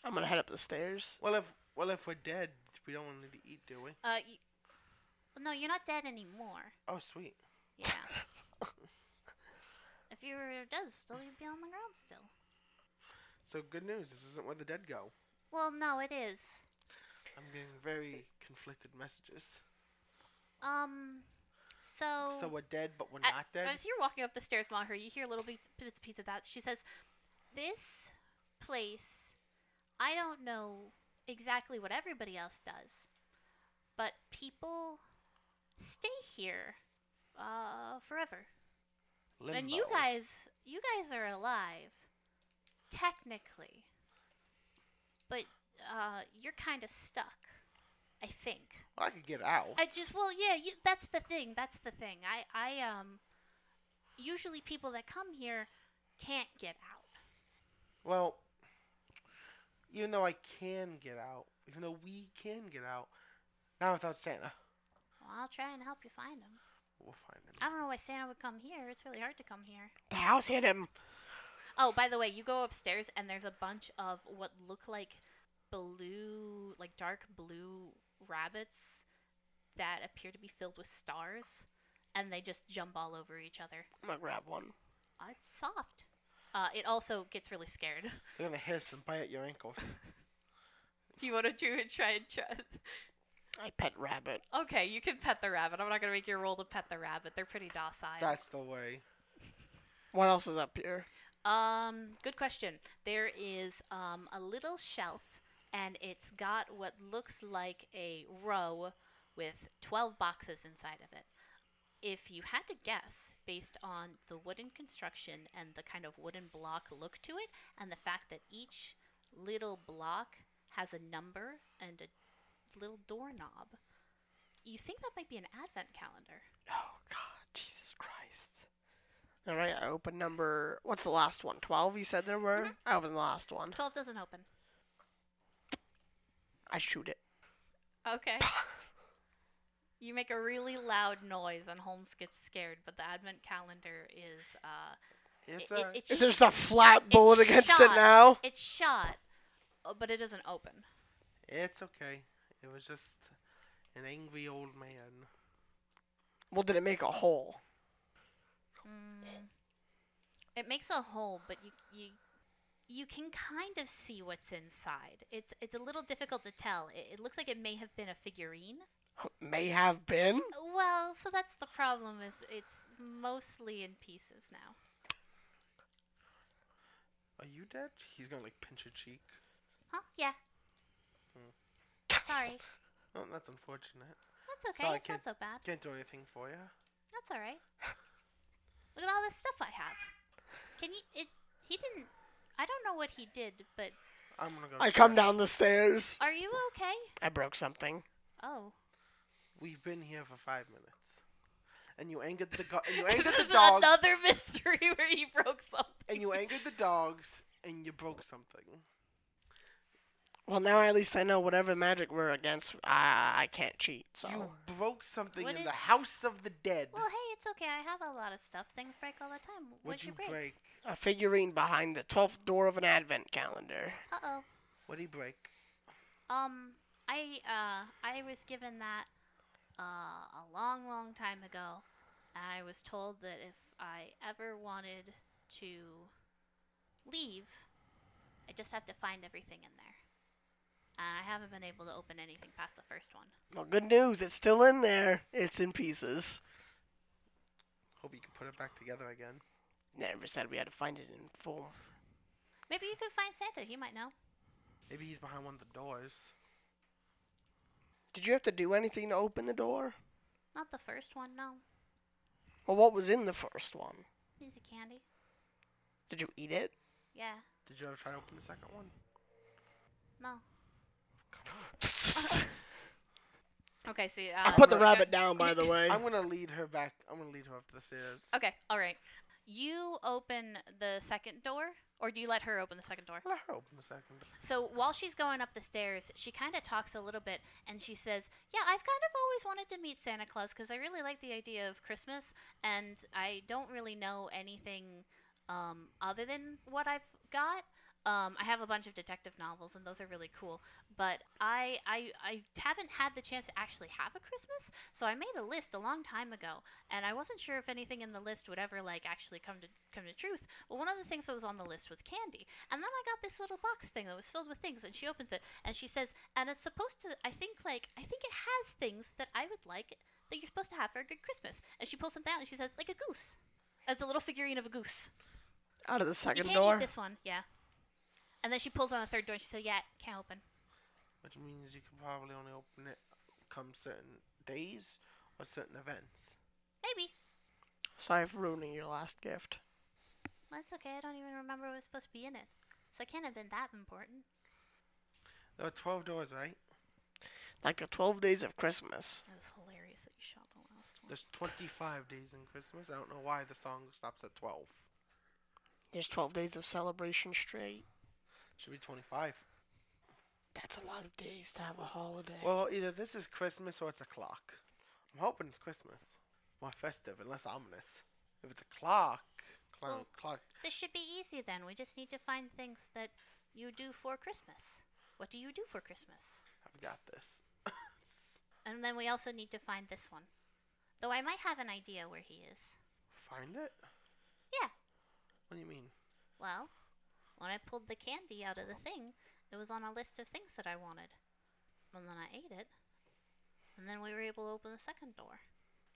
Speaker 2: I'm gonna head up the stairs.
Speaker 4: Well, if well if we're dead, we don't need to eat, do we?
Speaker 1: Uh, y- no, you're not dead anymore.
Speaker 4: Oh, sweet.
Speaker 1: Yeah. if you were dead still, you'd be on the ground still.
Speaker 4: So good news. This isn't where the dead go.
Speaker 1: Well, no, it is.
Speaker 4: I'm getting very conflicted messages.
Speaker 1: Um, So,
Speaker 4: So we're dead, but we're
Speaker 1: a-
Speaker 4: not dead.
Speaker 1: as you're walking up the stairs, Maher, you hear little bits, bits pieces of that. She says, "This place, I don't know exactly what everybody else does, but people stay here uh, forever. And you
Speaker 4: Limbo.
Speaker 1: guys, you guys are alive, technically, but uh, you're kind of stuck, I think."
Speaker 4: I could get out.
Speaker 1: I just well, yeah, you, that's the thing. That's the thing. I I um usually people that come here can't get out.
Speaker 4: Well, even though I can get out, even though we can get out, not without Santa.
Speaker 1: Well, I'll try and help you find them.
Speaker 4: We'll find him.
Speaker 1: I don't know why Santa would come here. It's really hard to come here.
Speaker 2: The house hit him.
Speaker 1: Oh, by the way, you go upstairs and there's a bunch of what look like blue, like dark blue rabbits that appear to be filled with stars and they just jump all over each other.
Speaker 2: I'm gonna grab one.
Speaker 1: Uh, it's soft. Uh, it also gets really scared.
Speaker 4: They're gonna hiss and bite at your ankles.
Speaker 1: Do you want to try and try and try?
Speaker 2: I pet rabbit.
Speaker 1: Okay, you can pet the rabbit. I'm not gonna make you roll to pet the rabbit. They're pretty docile.
Speaker 4: That's the way.
Speaker 2: What else is up here?
Speaker 1: um, good question. There is um a little shelf, and it's got what looks like a row with twelve boxes inside of it. If you had to guess, based on the wooden construction and the kind of wooden block look to it, and the fact that each little block has a number and a little doorknob, you think that might be an advent calendar.
Speaker 2: Oh God, Jesus Christ! All right, I open number. What's the last one? Twelve. You said there were. I open the last one.
Speaker 1: 12 doesn't open.
Speaker 2: I shoot it.
Speaker 1: Okay. you make a really loud noise, and Holmes gets scared. But the advent calendar is uh,
Speaker 4: It's
Speaker 1: it, it,
Speaker 4: a.
Speaker 1: it's
Speaker 2: Is
Speaker 1: sh-
Speaker 2: there just a flat bullet against it
Speaker 1: shot.
Speaker 2: now?
Speaker 1: it's shot, uh, but it doesn't open.
Speaker 4: It's okay. It was just an angry old man.
Speaker 2: Well, did it make a hole?
Speaker 1: Mm. It makes a hole, but you you you can kind of see what's inside. It's it's a little difficult to tell. It, it looks like it may have been a figurine.
Speaker 2: May have been.
Speaker 1: Well, so that's the problem. Is it's mostly in pieces now.
Speaker 4: Are you dead? He's gonna like pinch your cheek.
Speaker 1: Huh? Yeah. Sorry.
Speaker 4: Oh, that's unfortunate.
Speaker 1: That's okay.
Speaker 4: Sorry,
Speaker 1: it's not
Speaker 4: kid.
Speaker 1: so bad.
Speaker 4: Can't do anything for you.
Speaker 1: That's all right. Look at all this stuff I have. Can you? It. He didn't. I don't know what he did, but
Speaker 4: I'm gonna go.
Speaker 2: I come
Speaker 4: check.
Speaker 2: down the stairs.
Speaker 1: are you okay?
Speaker 2: I broke something.
Speaker 1: Oh.
Speaker 4: We've been here for five minutes, and you angered the go- and you angered
Speaker 1: this
Speaker 4: the
Speaker 1: is
Speaker 4: dogs,
Speaker 1: another mystery where he broke something.
Speaker 4: and you angered the dogs, and you broke something.
Speaker 2: Well, now at least I know whatever magic we're against, I, I can't cheat. So
Speaker 4: You broke something
Speaker 1: What
Speaker 4: in
Speaker 1: did-
Speaker 4: the house of the dead.
Speaker 1: Well, hey, it's okay. I have a lot of stuff. Things break all the time. What'd
Speaker 4: What'd
Speaker 1: you
Speaker 4: you
Speaker 1: break?
Speaker 4: break?
Speaker 2: a figurine behind the twelfth door of an advent calendar.
Speaker 1: Uh oh.
Speaker 4: What'd he break?
Speaker 1: Um, I uh, I was given that uh, a long, long time ago, and I was told that if I ever wanted to leave, I just have to find everything in there. And I haven't been able to open anything past the first one.
Speaker 2: Well, good news, it's still in there. It's in pieces.
Speaker 4: Hope you can put it back together again.
Speaker 2: Never said we had to find it in full.
Speaker 1: Maybe you could find Santa. He might know.
Speaker 4: Maybe he's behind one of the doors.
Speaker 2: Did you have to do anything to open the door?
Speaker 1: Not the first one, no.
Speaker 2: Well, what was in the first one?
Speaker 1: Piece of candy.
Speaker 2: Did you eat it?
Speaker 1: Yeah,
Speaker 4: Did you ever try to open the second one?
Speaker 1: no. Okay, so uh,
Speaker 2: I put the
Speaker 1: we're
Speaker 2: rabbit
Speaker 1: good.
Speaker 2: down, by the way.
Speaker 4: I'm gonna lead her back. I'm gonna lead her up the stairs.
Speaker 1: Okay, all right. You open the second door, or do you let her open the second door?
Speaker 4: Let her open the second.
Speaker 1: So while she's going up the stairs, she kind of talks a little bit and she says, Yeah, I've kind of always wanted to meet Santa Claus because I really like the idea of Christmas and I don't really know anything um, other than what I've got. Um, I have a bunch of detective novels and those are really cool, but I, I I haven't had the chance to actually have a Christmas, so I made a list a long time ago, and I wasn't sure if anything in the list would ever like actually come to come to truth. But one of the things that was on the list was candy, and then I got this little box thing that was filled with things, and she opens it and she says, and it's supposed to, I think like I think it has things that I would like that you're supposed to have for a good Christmas. And she pulls something out and she says, like a goose. That's a little figurine of a goose.
Speaker 2: Out of the
Speaker 1: you
Speaker 2: second
Speaker 1: can't
Speaker 2: door.
Speaker 1: eat this one. Yeah. And then she pulls on the third door and she says, yeah, can't open.
Speaker 4: which means you can probably only open it come certain days or certain events.
Speaker 1: Maybe.
Speaker 2: Sorry for ruining your last gift.
Speaker 1: Well, it's okay. I don't even remember what was supposed to be in it. So it can't have been that important.
Speaker 4: There are 12 doors, right?
Speaker 2: Like the 12 days of Christmas.
Speaker 1: That was hilarious that you shot the last one.
Speaker 4: There's 25 days in Christmas. I don't know why the song stops at 12.
Speaker 2: There's 12 days of celebration straight.
Speaker 4: Should be 25.
Speaker 2: That's a lot of days to have a holiday.
Speaker 4: Well, either this is Christmas or it's a clock. I'm hoping it's Christmas. More festive and less ominous. If it's a clock, clock,
Speaker 1: Well-
Speaker 4: clock.
Speaker 1: This should be easy then. We just need to find things that you do for Christmas. What do you do for Christmas?
Speaker 4: I've got this.
Speaker 1: And then we also need to find this one. Though I might have an idea where he is.
Speaker 4: Find it?
Speaker 1: Yeah.
Speaker 4: What do you mean?
Speaker 1: Well, when I pulled the candy out of the thing, it was on a list of things that I wanted. And then I ate it. And then we were able to open the second door.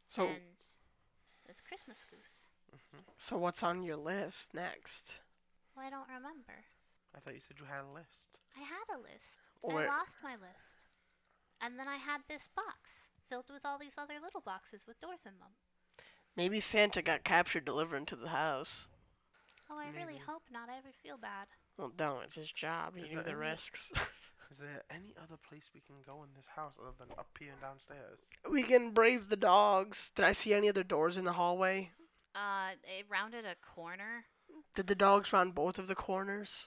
Speaker 2: so,
Speaker 1: And it's Christmas goose.
Speaker 2: so what's on your list next?
Speaker 1: Well, I don't remember.
Speaker 4: I thought you said you had a list.
Speaker 1: I had a list.
Speaker 2: Wait.
Speaker 1: I lost my list. And then I had this box filled with all these other little boxes with doors in them.
Speaker 2: Maybe Santa got captured delivering to the house.
Speaker 1: Oh, I really
Speaker 4: Maybe.
Speaker 1: hope not. I would feel bad.
Speaker 2: Well, don't. It's his job. He
Speaker 4: Is
Speaker 2: knew
Speaker 4: that
Speaker 2: the
Speaker 4: in it?
Speaker 2: risks.
Speaker 4: Is there any other place we can go in this house other than up here and downstairs?
Speaker 2: we can brave the dogs. Did I see any other doors in the hallway?
Speaker 1: Uh, it rounded a corner.
Speaker 2: Did the dogs round both of the corners?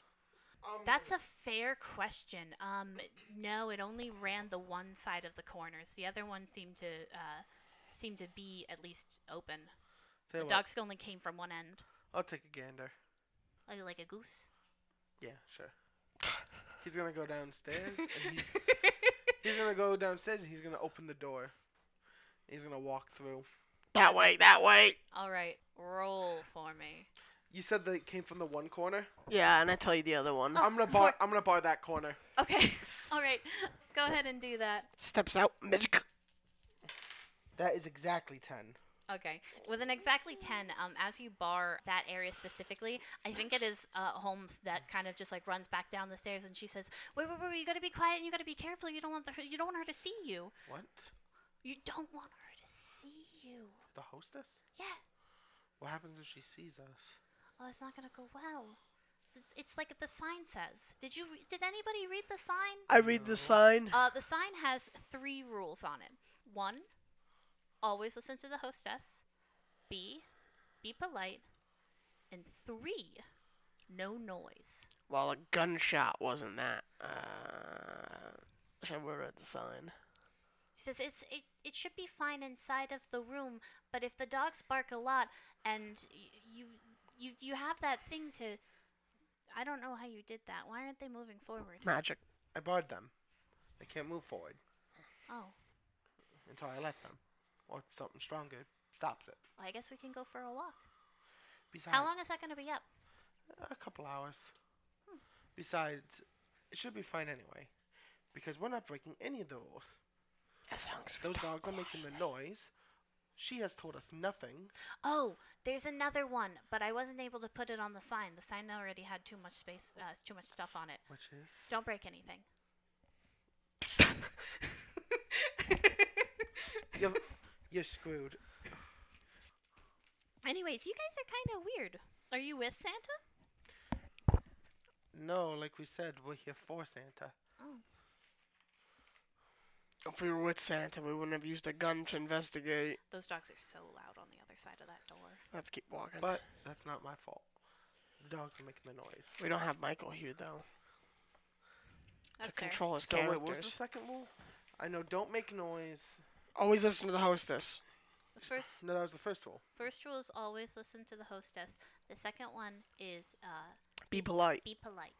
Speaker 1: That's a fair question. Um, no, it only ran the one side of the corners. The other one seemed to uh, seemed to be at least open.
Speaker 4: Tell you
Speaker 1: the
Speaker 4: what,
Speaker 1: dogs only came from one end, Oh,
Speaker 4: I'll take a gander.
Speaker 1: like, like a goose.
Speaker 4: Yeah, sure. he's gonna go downstairs. And he's, he's gonna go downstairs and he's gonna open the door. He's gonna walk through.
Speaker 2: That way, that way.
Speaker 1: All right, roll for me.
Speaker 4: You said that it came from the one corner.
Speaker 2: Yeah, and I tell you the other one.
Speaker 1: Oh.
Speaker 4: I'm gonna bar. I'm gonna bar that corner.
Speaker 1: Okay. All right. Go ahead and do that.
Speaker 2: Steps out. Magic.
Speaker 4: That is exactly ten.
Speaker 1: Okay. With an exactly 10, um, as you bar that area specifically, I think it is uh, Holmes that kind of just like runs back down the stairs and she says, wait, wait, wait, you gotta be quiet and you gotta be careful. You don't want the, you don't want her to see you.
Speaker 4: What?
Speaker 1: You don't want her to see you.
Speaker 4: The hostess?
Speaker 1: Yeah.
Speaker 4: What happens if she sees us?
Speaker 1: Oh, it's not gonna go well. It's, it's like the sign says. Did you, re- did anybody read the sign?
Speaker 2: I read the sign.
Speaker 1: Uh, the sign has three rules on it. One, always listen to the hostess. B, be polite. And three, no noise.
Speaker 2: Well, a gunshot wasn't that. Uh, wish I would read the sign.
Speaker 1: She says it's it, it should be fine inside of the room, but if the dogs bark a lot and y- you you you have that thing to I don't know how you did that. Why aren't they moving forward?
Speaker 2: Magic.
Speaker 4: I barred them. They can't move forward
Speaker 1: Oh,
Speaker 4: until I let them, or something stronger stops it.
Speaker 1: well, I guess we can go for a walk.
Speaker 4: Besides,
Speaker 1: How long is that going to be up?
Speaker 4: A couple hours. Hmm. Besides, it should be fine anyway, because we're not breaking any of the rules.
Speaker 2: As long as we
Speaker 4: Those
Speaker 2: talk
Speaker 4: dogs are making the noise. She has told us nothing.
Speaker 1: Oh, there's another one, but I wasn't able to put it on the sign. The sign already had too much space, uh, too much stuff on it.
Speaker 4: Which is
Speaker 1: Don't break anything.
Speaker 4: you're, you're screwed.
Speaker 1: Anyways, you guys are kind of weird. Are you with Santa?
Speaker 4: No, like we said, we're here for Santa.
Speaker 2: If we were with Santa, we wouldn't have used a gun to investigate.
Speaker 1: Those dogs are so loud on the other side of that door.
Speaker 2: Let's keep walking.
Speaker 4: But that's not my fault. The dogs are making the noise.
Speaker 2: we don't have Michael here though
Speaker 1: That's
Speaker 2: to control his
Speaker 4: So wait, what was the
Speaker 2: characters.
Speaker 4: second rule? I know, don't make noise.
Speaker 2: Always listen to the hostess.
Speaker 1: fair. The first
Speaker 4: No, that was the first rule.
Speaker 1: first rule is always listen to the hostess. The second one is uh,
Speaker 2: Be polite.
Speaker 1: be polite.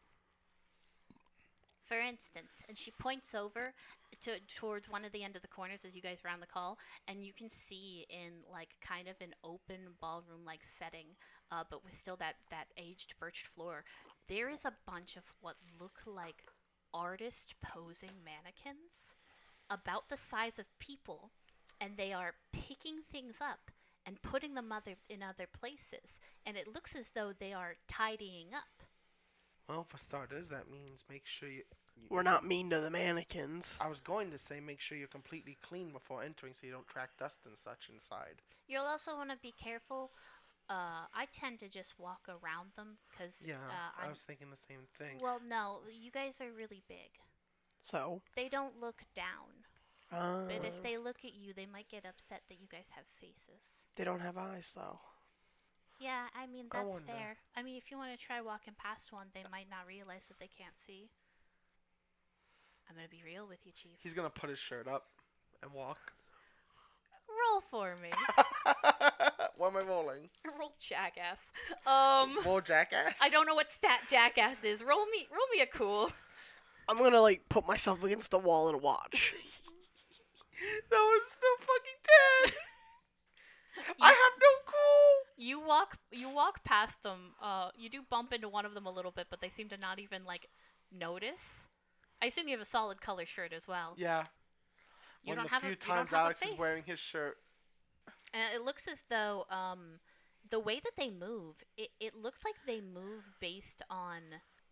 Speaker 1: For instance, and she points over to towards one of the end of the corners as you guys round the call, and you can see in like kind of an open ballroom like setting, uh, but with still that that aged birched floor. There is a bunch of what look like artist posing mannequins, about the size of people, and they are picking things up and putting them other in other places, and it looks as though they are tidying up.
Speaker 4: Well, for starters, that means make sure you. you
Speaker 2: We're not mean to the mannequins.
Speaker 4: I was going to say make sure you're completely clean before entering so you don't track dust and such inside.
Speaker 1: You'll also want to be careful. Uh, I tend to just walk around them because
Speaker 4: Yeah,
Speaker 1: uh,
Speaker 4: I
Speaker 1: I'm-
Speaker 4: was thinking the same thing.
Speaker 1: Well, no, you guys are really big.
Speaker 2: So,
Speaker 1: They don't look down,
Speaker 2: uh,
Speaker 1: but if they look at you, they might get upset that you guys have faces.
Speaker 2: they don't have eyes though.
Speaker 1: Yeah, I mean
Speaker 4: I
Speaker 1: that's
Speaker 4: wonder.
Speaker 1: fair. I mean, if you want to try walking past one, they might not realize that they can't see. I'm gonna be real with you, Chief.
Speaker 4: He's gonna put his shirt up and walk.
Speaker 1: Roll for me.
Speaker 4: what am I rolling?
Speaker 1: Roll jackass. Um,
Speaker 4: Roll jackass?
Speaker 1: I don't know what stat jackass is. Roll me, roll me a cool.
Speaker 2: I'm gonna like put myself against the wall and watch.
Speaker 4: That was so fucking dead. I have no cool.
Speaker 1: You walk, you walk past them. Uh, you do bump into one of them a little bit, but they seem to not even like notice. I assume you have a solid color shirt as well.
Speaker 4: Yeah.
Speaker 1: You
Speaker 4: One
Speaker 1: don't
Speaker 4: of the
Speaker 1: have
Speaker 4: few
Speaker 1: a, you don't
Speaker 4: times
Speaker 1: have a
Speaker 4: Alex
Speaker 1: face.
Speaker 4: is wearing his shirt.
Speaker 1: And it looks as though um, the way that they move, it, it looks like they move based on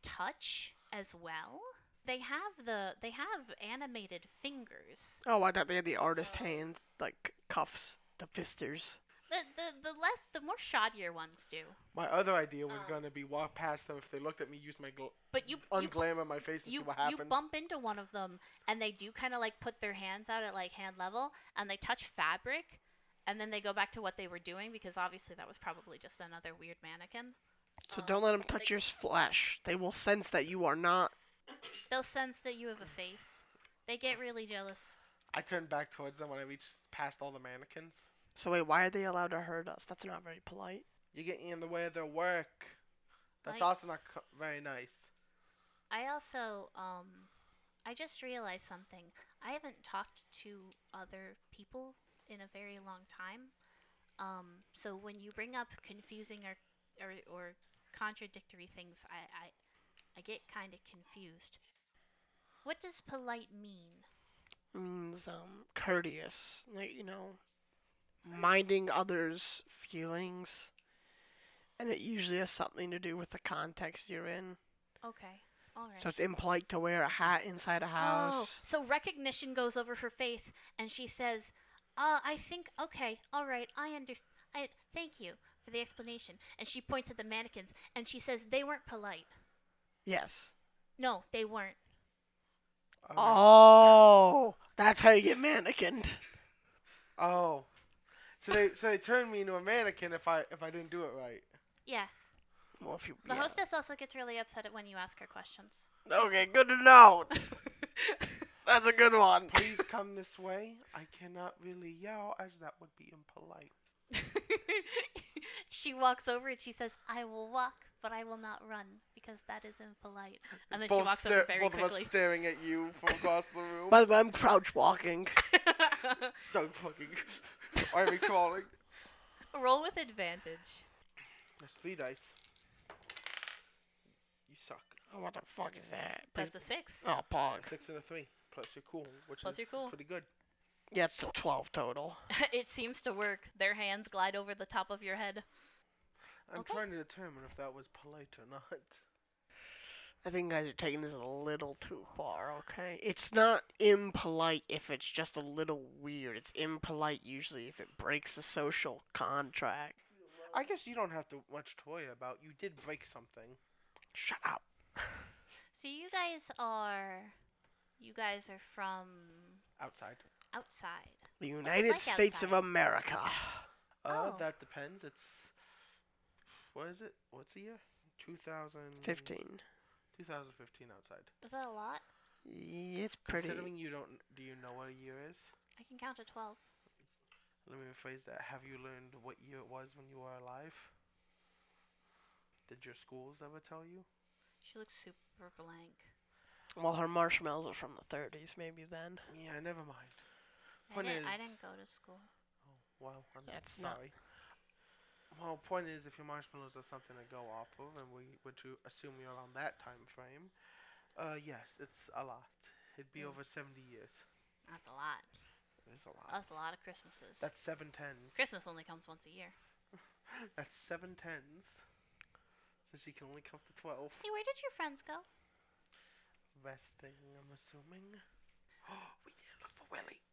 Speaker 1: touch as well. They have the they have animated fingers.
Speaker 2: oh, I thought they had the artist hand like cuffs, the fisters.
Speaker 1: The the, the less the more shoddier ones do.
Speaker 4: My other idea was
Speaker 1: Oh.
Speaker 4: gonna be walk past them if they looked at me, use my gl-
Speaker 1: But you you,
Speaker 4: unglamor my face and
Speaker 1: you,
Speaker 4: see what
Speaker 1: you
Speaker 4: happens.
Speaker 1: bump into one of them and they do kind of like put their hands out at like hand level and they touch fabric and then they go back to what they were doing because obviously that was probably just another weird mannequin.
Speaker 2: So
Speaker 1: Um,
Speaker 2: don't let them touch
Speaker 1: like-
Speaker 2: your flesh. They will sense that you are not.
Speaker 1: They'll sense that you have a face. They get really jealous.
Speaker 4: I turned back towards them when I reached past all the mannequins.
Speaker 2: So wait, why are they allowed to hurt us? That's not very polite.
Speaker 4: You're getting in the way of their work. That's
Speaker 1: Like-
Speaker 4: also not co- very nice.
Speaker 1: I also, um, I just realized something. I haven't talked to other people in a very long time. Um, so when you bring up confusing or or, or contradictory things, I, I, I get kind of confused. What does polite mean?
Speaker 2: means um, courteous, like, you know, minding others' feelings. And it usually has something to do with the context you're in.
Speaker 1: Okay, all right.
Speaker 2: So it's impolite to wear a hat inside a
Speaker 1: Oh,
Speaker 2: house.
Speaker 1: so recognition goes over her face, and she says, "Uh, I think okay, all right, I understand. I thank you for the explanation." And she points at the mannequins, and she says, "They weren't polite.
Speaker 2: Yes.
Speaker 1: No, they weren't."
Speaker 4: Okay.
Speaker 1: Oh.
Speaker 2: Oh, that's how you get mannequined.
Speaker 4: Oh. So they so they turned me into a mannequin if I if I didn't do it right.
Speaker 1: Yeah,
Speaker 2: Well, if you.
Speaker 1: the
Speaker 2: yeah.
Speaker 1: hostess also gets really upset at when you ask her questions.
Speaker 2: Okay, good to know. that's a good one.
Speaker 4: Please come this way. I cannot really yell as that would be impolite.
Speaker 1: she walks over and she says, "I will walk, but I will not run because that is impolite." And then she
Speaker 4: both
Speaker 1: walks over
Speaker 4: stare-
Speaker 1: very
Speaker 4: both of
Speaker 1: quickly.
Speaker 4: us staring at you from across the room.
Speaker 2: By the way, I'm crouch walking.
Speaker 4: Doug fucking army crawling.
Speaker 1: Roll with advantage.
Speaker 4: That's three dice. You suck.
Speaker 2: Oh, What the fuck is that? Please-
Speaker 1: That's a six.
Speaker 2: Oh, pog.
Speaker 4: A six and a three. Plus you're cool, which
Speaker 1: Plus
Speaker 4: is
Speaker 1: you're cool.
Speaker 4: pretty good.
Speaker 2: Yeah, it's a 12 total.
Speaker 1: it seems to work. Their hands glide over the top of your head.
Speaker 4: I'm
Speaker 1: Okay.
Speaker 4: trying to determine if that was polite or not.
Speaker 2: I think guys are taking this a little too far, okay? It's not impolite if it's just a little weird. It's impolite usually if it breaks the social contract.
Speaker 4: I guess you don't have to much to worry about. You did break something.
Speaker 2: Shut up.
Speaker 1: So you guys are, you guys are from
Speaker 4: Outside.
Speaker 1: outside.
Speaker 2: The United
Speaker 1: like
Speaker 2: States of
Speaker 1: outside?
Speaker 2: America.
Speaker 4: Uh,
Speaker 1: Oh.
Speaker 4: that depends. It's what is it? What's the year? 2000
Speaker 2: 15.
Speaker 4: 2015 outside.
Speaker 1: Is that a lot?
Speaker 2: Yeah, it's pretty.
Speaker 4: Considering you don't, do you know what a year is?
Speaker 1: I can count to twelve.
Speaker 4: Let me rephrase that. Have you learned what year it was when you were alive? Did your schools ever tell you?
Speaker 1: She looks super blank.
Speaker 2: Well, her marshmallows are from the 30s, maybe then.
Speaker 4: Yeah, never mind.
Speaker 1: I
Speaker 4: Point
Speaker 1: didn't, I
Speaker 4: is-
Speaker 1: didn't go to school.
Speaker 4: Oh, well, I'm
Speaker 2: That's not-
Speaker 4: sorry. Well, point is, if your marshmallows are something to go off of, and we were to assume you're on that time frame, uh, yes, it's a lot. It'd be
Speaker 1: Mm.
Speaker 4: over 70 years.
Speaker 1: That's a lot.
Speaker 4: There's a lot.
Speaker 1: That's a lot of Christmases.
Speaker 4: That's seven tens.
Speaker 1: Christmas only comes once a year.
Speaker 4: That's seven tens. So she can only count to twelve.
Speaker 1: Hey, where did your friends go?
Speaker 4: Resting, I'm assuming. Oh, we did it for Willie.